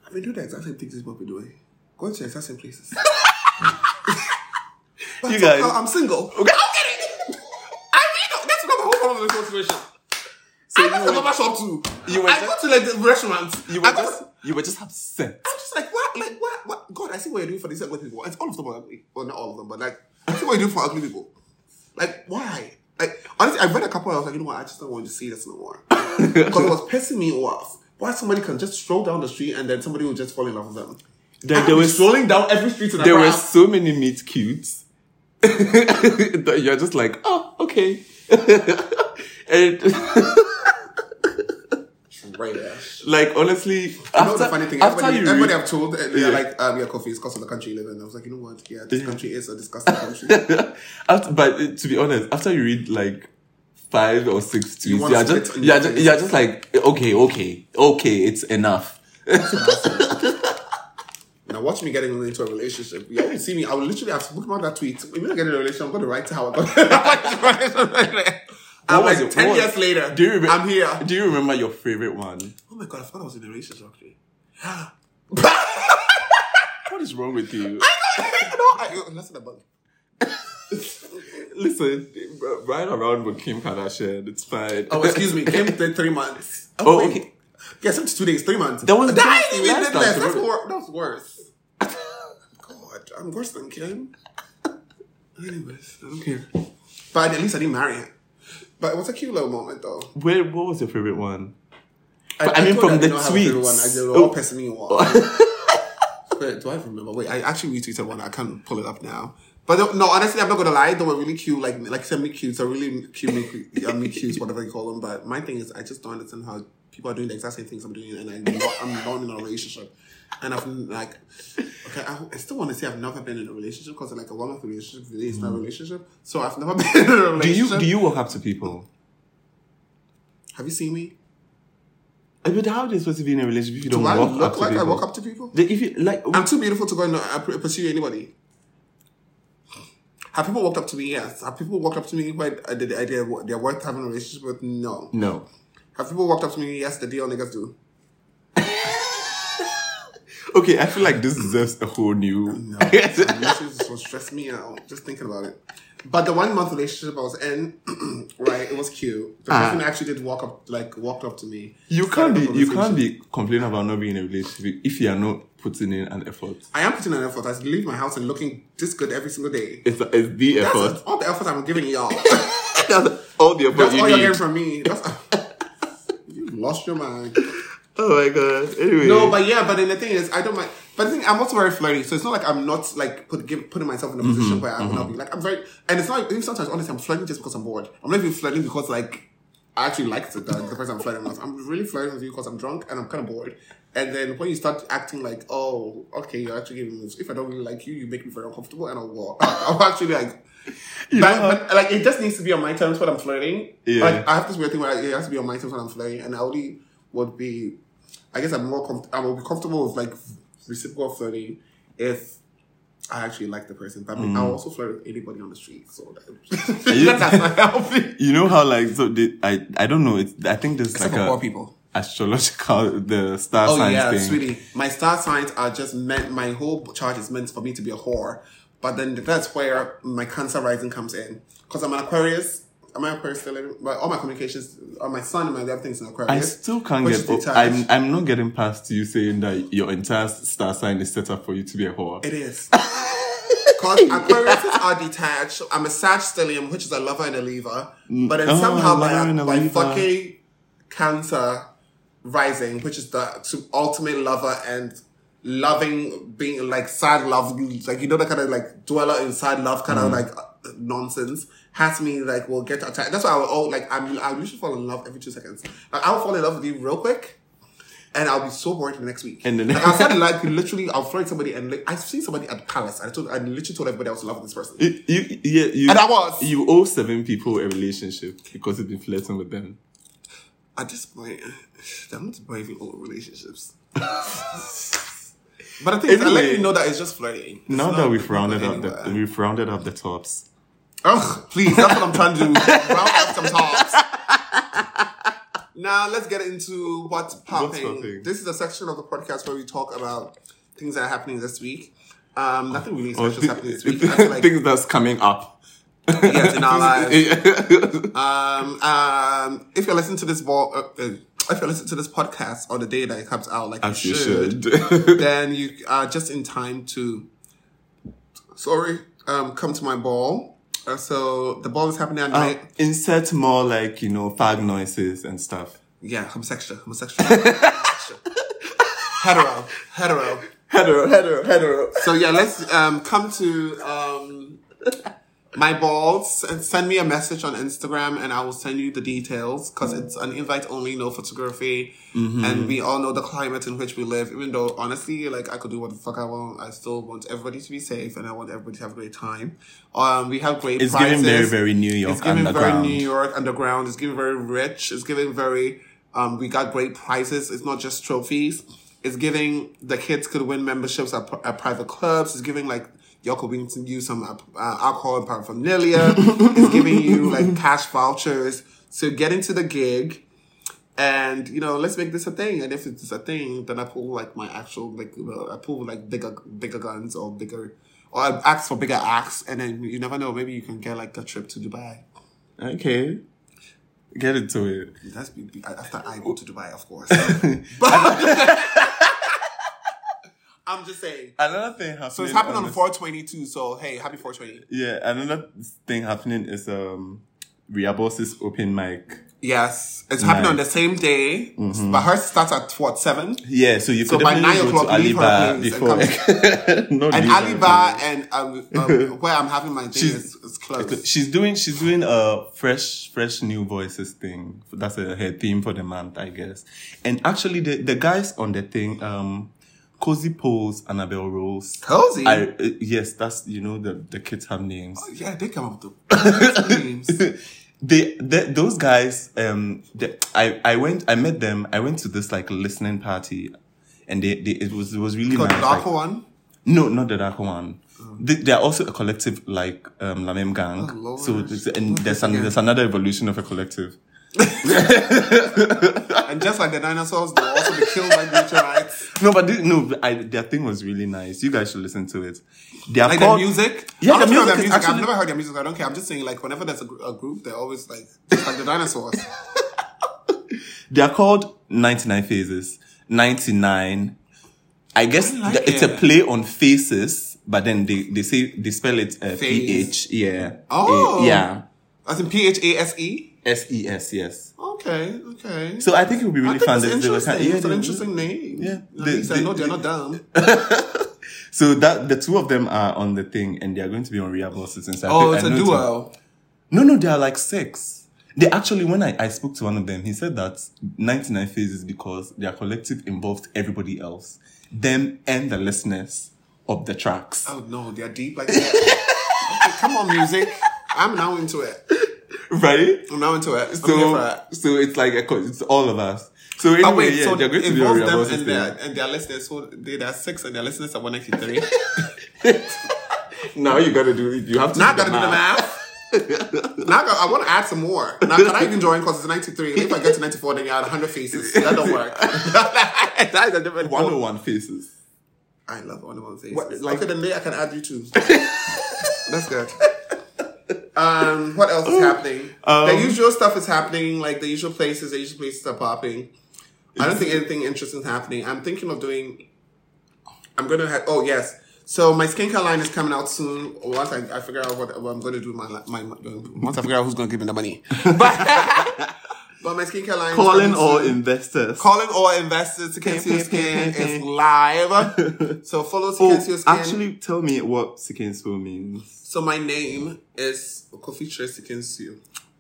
I mean, do the exact same things these people doing. Go to the exact same places. [LAUGHS] But You somehow guys- I'm single. Okay, I don't get it. I mean, no, that's not the whole problem with this whole situation. I go to you the were- barber shop too. you were I just- go to like the restaurants. You were I go just to- you were just upset. I'm just like, what? Like, what? What? God, I see what you're doing for these ugly people. It's all of them are ugly. Well, not all of them, but like, I see what you're doing for ugly people. Like, why? Like, honestly, I read a couple. I was like, you know what? I just don't want to see this no [LAUGHS] more because it was pissing me off. Why somebody can just stroll down the street and then somebody will just fall in love with them? Like, They there were was strolling down every street. In there Accra. were so many meat cutes [LAUGHS] that you're just like, oh, okay. [LAUGHS] and Trash. like honestly, You know after, the funny thing, after everybody, you everybody read- I've told, uh, they're Yeah. like, um, yeah, coffee is cost of the country you live in. I was like, you know what? Yeah, this country is a disgusting [LAUGHS] country. [LAUGHS] after, but uh, to be honest, after you read like five or six tweets, You you wanna are spit just on you're your just, face. you're just like, okay, okay, okay, it's enough. now watch me getting into a relationship. You always see me. I will literally have bookmarked that tweet. If we don't get in a relationship, I'm going to write to how [LAUGHS] I got. I'm What was like it? ten What years was- later. Do you remember? I'm here. Do you remember your favorite one? Oh my god! I forgot I was in a relationship [LAUGHS] actually. What is wrong with you? no, I, that's not a bug. Listen, right around with Kim Kardashian, it's fine. [LAUGHS] Oh, excuse [LAUGHS] me. Came th- three months. Oh, wait. okay. Yeah, some two days, three months. That was- that that ain't was even last did less. time, That's, remember? wor- that's [LAUGHS] worse. God, I'm worse than Kim. [LAUGHS] Anyways, I don't care. But at least I didn't marry him. But it was a cute little moment, though. Where what was your favorite one? I, I mean, told from her I the didn't have a favorite tweets. one. I did all Oh. pissing me off. [LAUGHS] Wait, do I remember? Wait, I actually retweeted one. I can't pull it up now. But no- no, honestly, I'm not gonna lie. They were really cute, like like semi cute, so really cute, me, uh, me cute, whatever you call them. But my thing is, I just don't understand how people are doing the exact same things I'm doing, and I'm not, I'm not in a relationship. And I've like, okay, I, I still want to say I've never been in a relationship because like a one of relationship really is not a relationship. So I've never [LAUGHS] been in a Hmm. Do you relationship. do you walk up to people? Have you seen me? I mean, how are they supposed to be in a relationship if you don't Do I walk up look to like I people? walk up to people? They- if you like, I'm too beautiful to go and uh, pr- pursue anybody. Have people walked up to me? Yes. Have people walked up to me when I did the idea of what they're worth having a relationship with? No. no. Have people walked up to me? Yes, the deal niggas do. Okay, I feel like this deserves a whole new. No. [LAUGHS] relationships will stress me out just thinking about it. But the one month relationship I was in, [CLEARS THROAT] right, it was cute. The person actually did walk up, like walked up to me. Uh-huh. You can't started be a you can't conversation. be complaining about not being in a relationship if you are not putting in an effort. I am putting an effort. I leave my house and looking this good every single day. It's, it's the That's effort. all the effort I'm giving y'all. [LAUGHS] [LAUGHS] That's all the effort That's you all need. you're getting from me. That's [LAUGHS] you lost your mind. oh my god. Anyway, No, but yeah, but then the thing is, I don't mind. But the thing, I'm also very flirty, so it's not like I'm not like put, give, putting myself in a position where I'm not being like I'm very. And it's not even sometimes honestly I'm flirting just because I'm bored. I'm not even flirting because like I actually like the, the person I'm flirting with. I'm really flirting with you because I'm drunk and I'm kind of bored. And then when you start acting like, oh, okay, you're actually giving me moves. If I don't really like you, you make me very uncomfortable, and I'll walk. [LAUGHS] I'm actually like. but, but, like it just needs to be on my terms when I'm flirting. Yeah. Like I have this weird thing where it has to be on my terms when I'm flirting, and I only would be, I guess I'm more comfortable. I will be comfortable with like reciprocal flirting if I actually like the person. But I mean, Mm. I'll also flirt with anybody on the street. So that, [LAUGHS] [LAUGHS] that's not healthy. you know how like so the, I I don't know. It's I think there's like for a poor people. astrological [LAUGHS] the star Oh signs yeah, thing. sweetie. My star signs are just meant. My whole chart is meant for me to be a whore. But then that's where my Cancer rising comes in because I'm an Aquarius. Am I Aquarius still? in- But all my communications, uh, my sun and my everything's in Aquarius. I still can't Which get. detached. I'm I'm not getting past you saying that your entire star sign is set up for you to be a whore. It [LAUGHS] is. Because Aquariuses are detached. I'm a Sag Stellium, which is a lover and a leaver. But then Oh, somehow lover and by, a by leaver. fucking Cancer rising, which is the su- ultimate lover and loving, being like sad love, like you know, that kind of like dweller in sad love Mm. kind of like uh, nonsense, has me like, will get attacked. That's why I will, all like, I'm, I usually fall in love every two seconds. Like, I'll fall in love with you real quick. And I'll be so bored the next week. And then- like, I'll start like literally, I'll flirt somebody, and like, I've seen somebody at Palace. I told, I literally told everybody I was in love with this person. You, you, yeah, you, And I was. You owe seven people a relationship because you've been flirting with them. At this point, [SIGHS] I'm not braving all relationships. [LAUGHS] but I think I let Anyway. you know that it's just flirting. It's now not- that we've rounded up anywhere. the we've rounded up the tops. Ugh, please, that's what I'm trying [LAUGHS] to do. Round up some tops. now let's get into what's popping. popping? This is a section of the podcast where we talk about things that are happening this week. Um, nothing really Or special [LAUGHS] thi- happening this week. I feel like, Oh, things that's coming up. [LAUGHS] yes, in our lives. Yeah. Um, um, if you're listening to this ball, uh, uh, if you're listening to this podcast on the day that it comes out, like As you should, should. [LAUGHS] [LAUGHS] then you are just in time to. Sorry, um, come to my ball. Uh, so the ball is happening Oh. at night. Insert more like you know fag noises and stuff. [LAUGHS] Yeah, homosexual, homosexual, homosexual. hetero, hetero. hetero, hetero, hetero. So yeah, let's um, come to um, my balls and send me a message on Instagram, and I will send you the details because Mm-hmm. it's an invite only, no photography, and we all know the climate in which we live. Even though honestly, like I could do what the fuck I want, I still want everybody to be safe, and I want everybody to have a great time. Um, we have great. It's giving very, prizes. very New York It's giving very underground. New York underground. It's giving very rich. It's giving very. Um, we got great prizes. It's not just trophies. It's giving the kids could win memberships at, pri- at private clubs. It's giving like y'all could win some- use some uh, alcohol and paraphernalia. it's giving you like cash vouchers. So get into the gig. And you know, let's make this a thing. And if it's a thing, then I pull like my actual like you know, I pull like bigger bigger guns or bigger or I ask for bigger acts. And then you never know, maybe you can get like a trip to Dubai. Okay. Get into it. That's be- be- after I go to Dubai, of [LAUGHS] course. [LAUGHS] I'm just saying. Another thing happening. So it's happened on the- 422. So hey, happy 420. Yeah, another thing happening is um Riabos's open mic. Yes, Mm-hmm. it's happened on the same day, but hers starts at what seven. Yeah, so you So could by definitely nine go o'clock, to leave her Alibar place before. [LAUGHS] no, And leave her Alibar and um, [LAUGHS] um, where I'm having my thing She's- is, is closed. place. She's doing she's doing a fresh fresh new voices thing. That's uh her theme for the month, I guess. And actually, the the guys on the thing, um, Cozy Pose, Annabelle Rose. Cozy. I uh, yes, that's you know the the kids have names. yeah, they come up [LAUGHS] with the names. [LAUGHS] they, the those guys um the, i i went i met them i went to this like listening party and they, they it was it was really Got nice the darker like- one. no not the dark one they, they are also a collective like um lamem gang Oh, Lord. so this, and there's, an, Yeah. there's another evolution of a collective And just like the dinosaurs, they'll also be killed by meteorites. no but this, no I, their thing was really nice you guys should listen to it they are Like called, their music? Yeah, I'm the not sure music their is music. I've actually- never heard their music. I don't care. I'm just saying, like, whenever there's a, gr- a group, they're always like, just like the dinosaurs. [LAUGHS] they are called 99 phases 99 i guess I like th- it's a it. play on faces but then they, they say they spell it uh, Phase. ph yeah Oh. A- yeah As in P H A S E. s-e-s yes Okay, okay. so i think it would be I really think fun it's that they were interesting. kind- yeah, it's an they- interesting name. yeah. At They- least I they- know they're not [LAUGHS] dumb. so that the two of them are on the thing and they are going to be on real bosses and so I Oh, think- it's I a know duo. no no they are like six they actually when I, I spoke to one of them he said that 99 phases because their collective involved everybody else them and the listeners of the tracks Oh no, they're deep like that. okay, come on, music. I'm now into it. right I'm now into it. I'm here for it. So, so it's like a, co- it's all of us. Oh, So anyway, But wait, yeah, so they're going to be on involve Real them Voices and there. their, and their listeners. So they, there are six and their listeners are [LAUGHS] 193. Now you gotta do you have to Not do gonna do the math. Now I, got- I want to add some more. Now can I even join? Because it's 93. If I get to 94, then you're at 100 faces. That don't work. [LAUGHS] that is a different [LAUGHS] One hundred one faces. I love one of faces. What, like- like, okay, then there I can add you [LAUGHS] too. That's good. Um, what else is happening? the usual stuff is happening. Like the usual places, the usual places are popping. I don't think anything interesting is happening. I'm thinking of doing. I'm gonna have. Oh yes. So my skincare line is coming out soon. Once I, I figure out what, what I'm gonna do, my, li- my once I figure out who's gonna give me the money. [LAUGHS] But, but my skincare line is Calling coming all soon. investors. Calling all investors to Kiss Your Skin is [LAUGHS] live. So follow to Kiss Your oh, Skin. actually, tell me what Sikinsu means. so my name is Kofi Tracy Kinsu.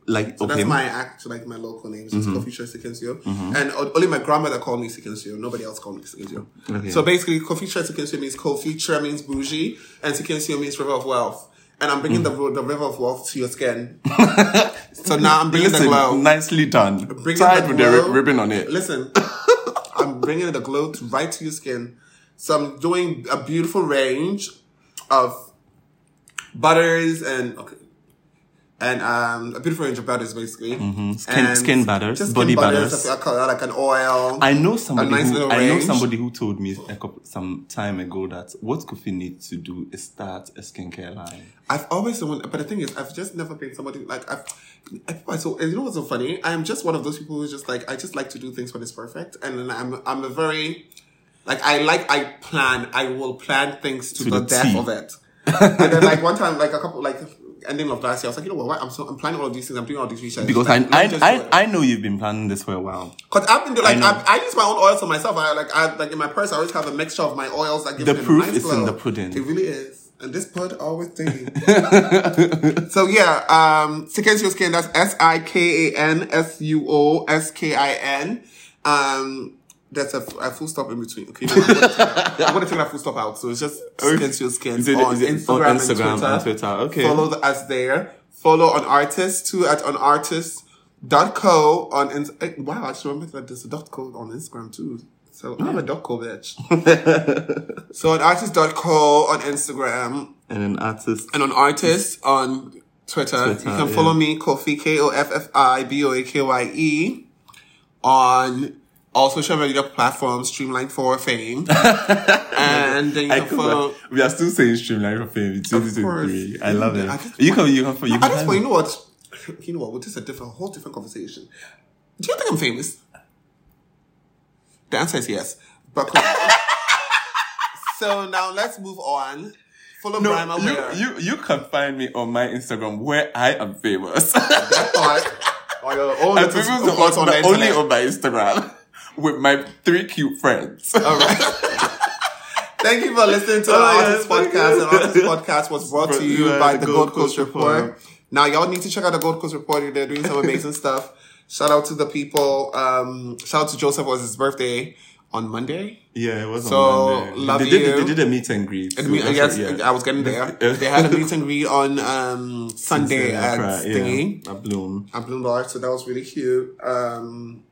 Like That's okay, Mm-hmm. my act, like my local name is Kofi Tracy Kinsu. And o- only my grandmother called me Sikinsio. Nobody else called me Sikinsio. Okay. So basically, Kofi Tracy Kinsu means Kofi Tre means bougie, and Sikinsio means river of wealth. And I'm Mm. bringing the, the river of wealth to your [LAUGHS] skin. so now I'm bringing listen, the glow. nicely done. Bringing Tied with the glow- ri- ribbon on it. Listen, [LAUGHS] I'm bringing the glow to- right to your skin. So I'm doing a beautiful range of butters and okay, and um, a beautiful range of butters basically. Mm-hmm. Skin- And skin butters, just body skin butters, butters. I call that like an oil. I know somebody. nice who, little I know range. somebody who told me a couple, some time ago that what Kofi needs to do is start a skincare line. I've always been, but the thing is, I've just never been somebody like I've. I, so you know what's so funny? I am just one of those people who's just like I just like to do things when it's perfect, and then I'm I'm a very, like I like I plan. I will plan things to, To the, the death T. of it. and then like one time, like a couple, like ending of last year, I was like, you know what? Why? I'm so I'm planning all of these things. I'm doing all these research Because I, Like, let me just do I, it. I, I know you've been planning this for a while. Cause I've been doing like I, I use my own oils for myself. I like I like in my purse. I always have a mixture of my oils. That give The it a proof nice is in glow. the pudding. It really is. And this pud always [LAUGHS] thing. so yeah, um, Siken's your skin. That's S I K A N S U O S K I N. Um, that's a, f- a full stop in between. Okay, no, I'm gonna take that full stop out. So it's just Siken's your skin Oh, Is it- on, is it on Instagram and Instagram and Twitter? Okay. follow us there. Follow on artists too at onartist.co on ins- eh, wow, I just remembered that there's a dot co on Instagram too. So I'm a dot [LAUGHS] co bitch. so on artist.co on Instagram And an artist. and on artist on Twitter. Twitter, you can follow me, Kofi K O F F I B O A K Y E on all social media platforms, Streamline for [LAUGHS] Fame. and then you I can could, follow we are still saying streamline for fame. It's Of course. 2023. I love it. I just- you can, you can, you can. I just want you know what, you know what. Well, this is a different, whole different conversation. Do you think I'm famous? The answer is yes. But cool. [LAUGHS] so now let's move on. Follow No, Brian you, Ware. you, you can find me on my Instagram where I am [LAUGHS] famous. on your own and little people spots support on me the only internet. on my Instagram [LAUGHS] with my three cute friends. All right. [LAUGHS] Thank you for listening to Oh, our yeah, artist thank podcast. you. And artist podcast was brought to you Yeah, by the the Gold Gold Coast Coast Report. Report. Now y'all need to check out the Gold Coast Report. They're doing some [LAUGHS] amazing stuff. Shout out to the people. Um, shout out to Joseph. It was his birthday on Monday. [LAUGHS] Yeah, it was So, on Monday. love they, did, you. they did a meet and greet. And so me- that's yes, what- I was getting there. They had [LAUGHS] a meet and greet on um, Sunday That's at right, Thingy Yeah, at Bloom. at Bloom Bar, so that was really cute. Um,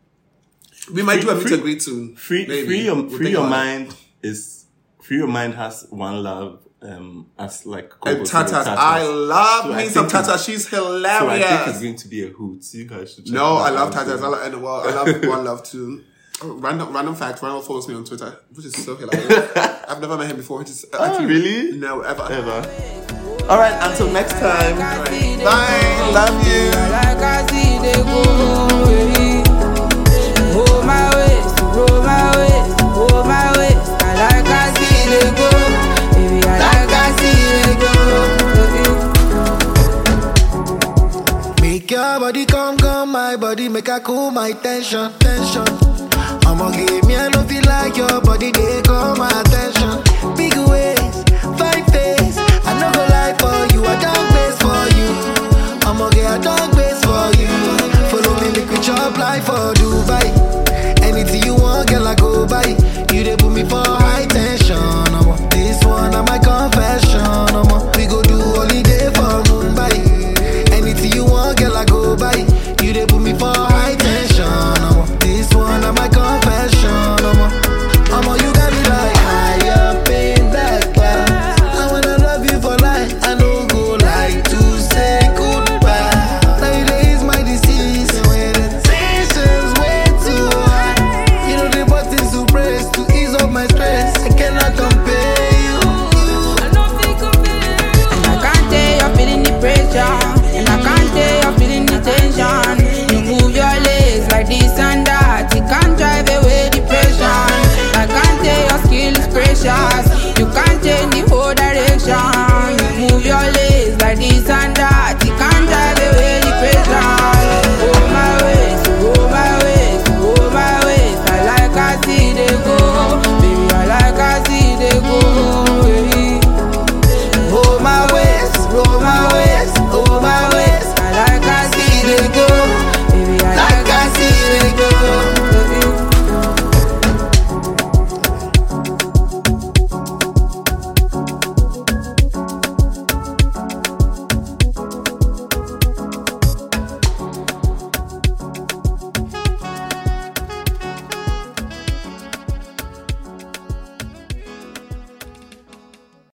we might do a meet free- and greet soon. Free, maybe. free your, We'll free think about your it. mind is free your mind has one love um as like And Kobo said, Tata, Tatas. I love So I me some think- Tata. She's So I think it's hilarious. going to be a hoot. You guys should. Check Oh, no, that I love out. Tata. I love, and well, [LAUGHS] I love one love too. Oh, Random, random fact. Ronald follows me on Twitter, which is so [LAUGHS] hilarious. I've never met him before. Which is, I Oh, can't- really? No, ever. Ever. All right, until next time. Bye. Love you. Make your body come, come, my body, make I cool my tension, tension. I'ma give me, I don't feel like your body, they call my attention. Big ways, five days, I no go lie for you, I don't base for you. I'ma get, I don't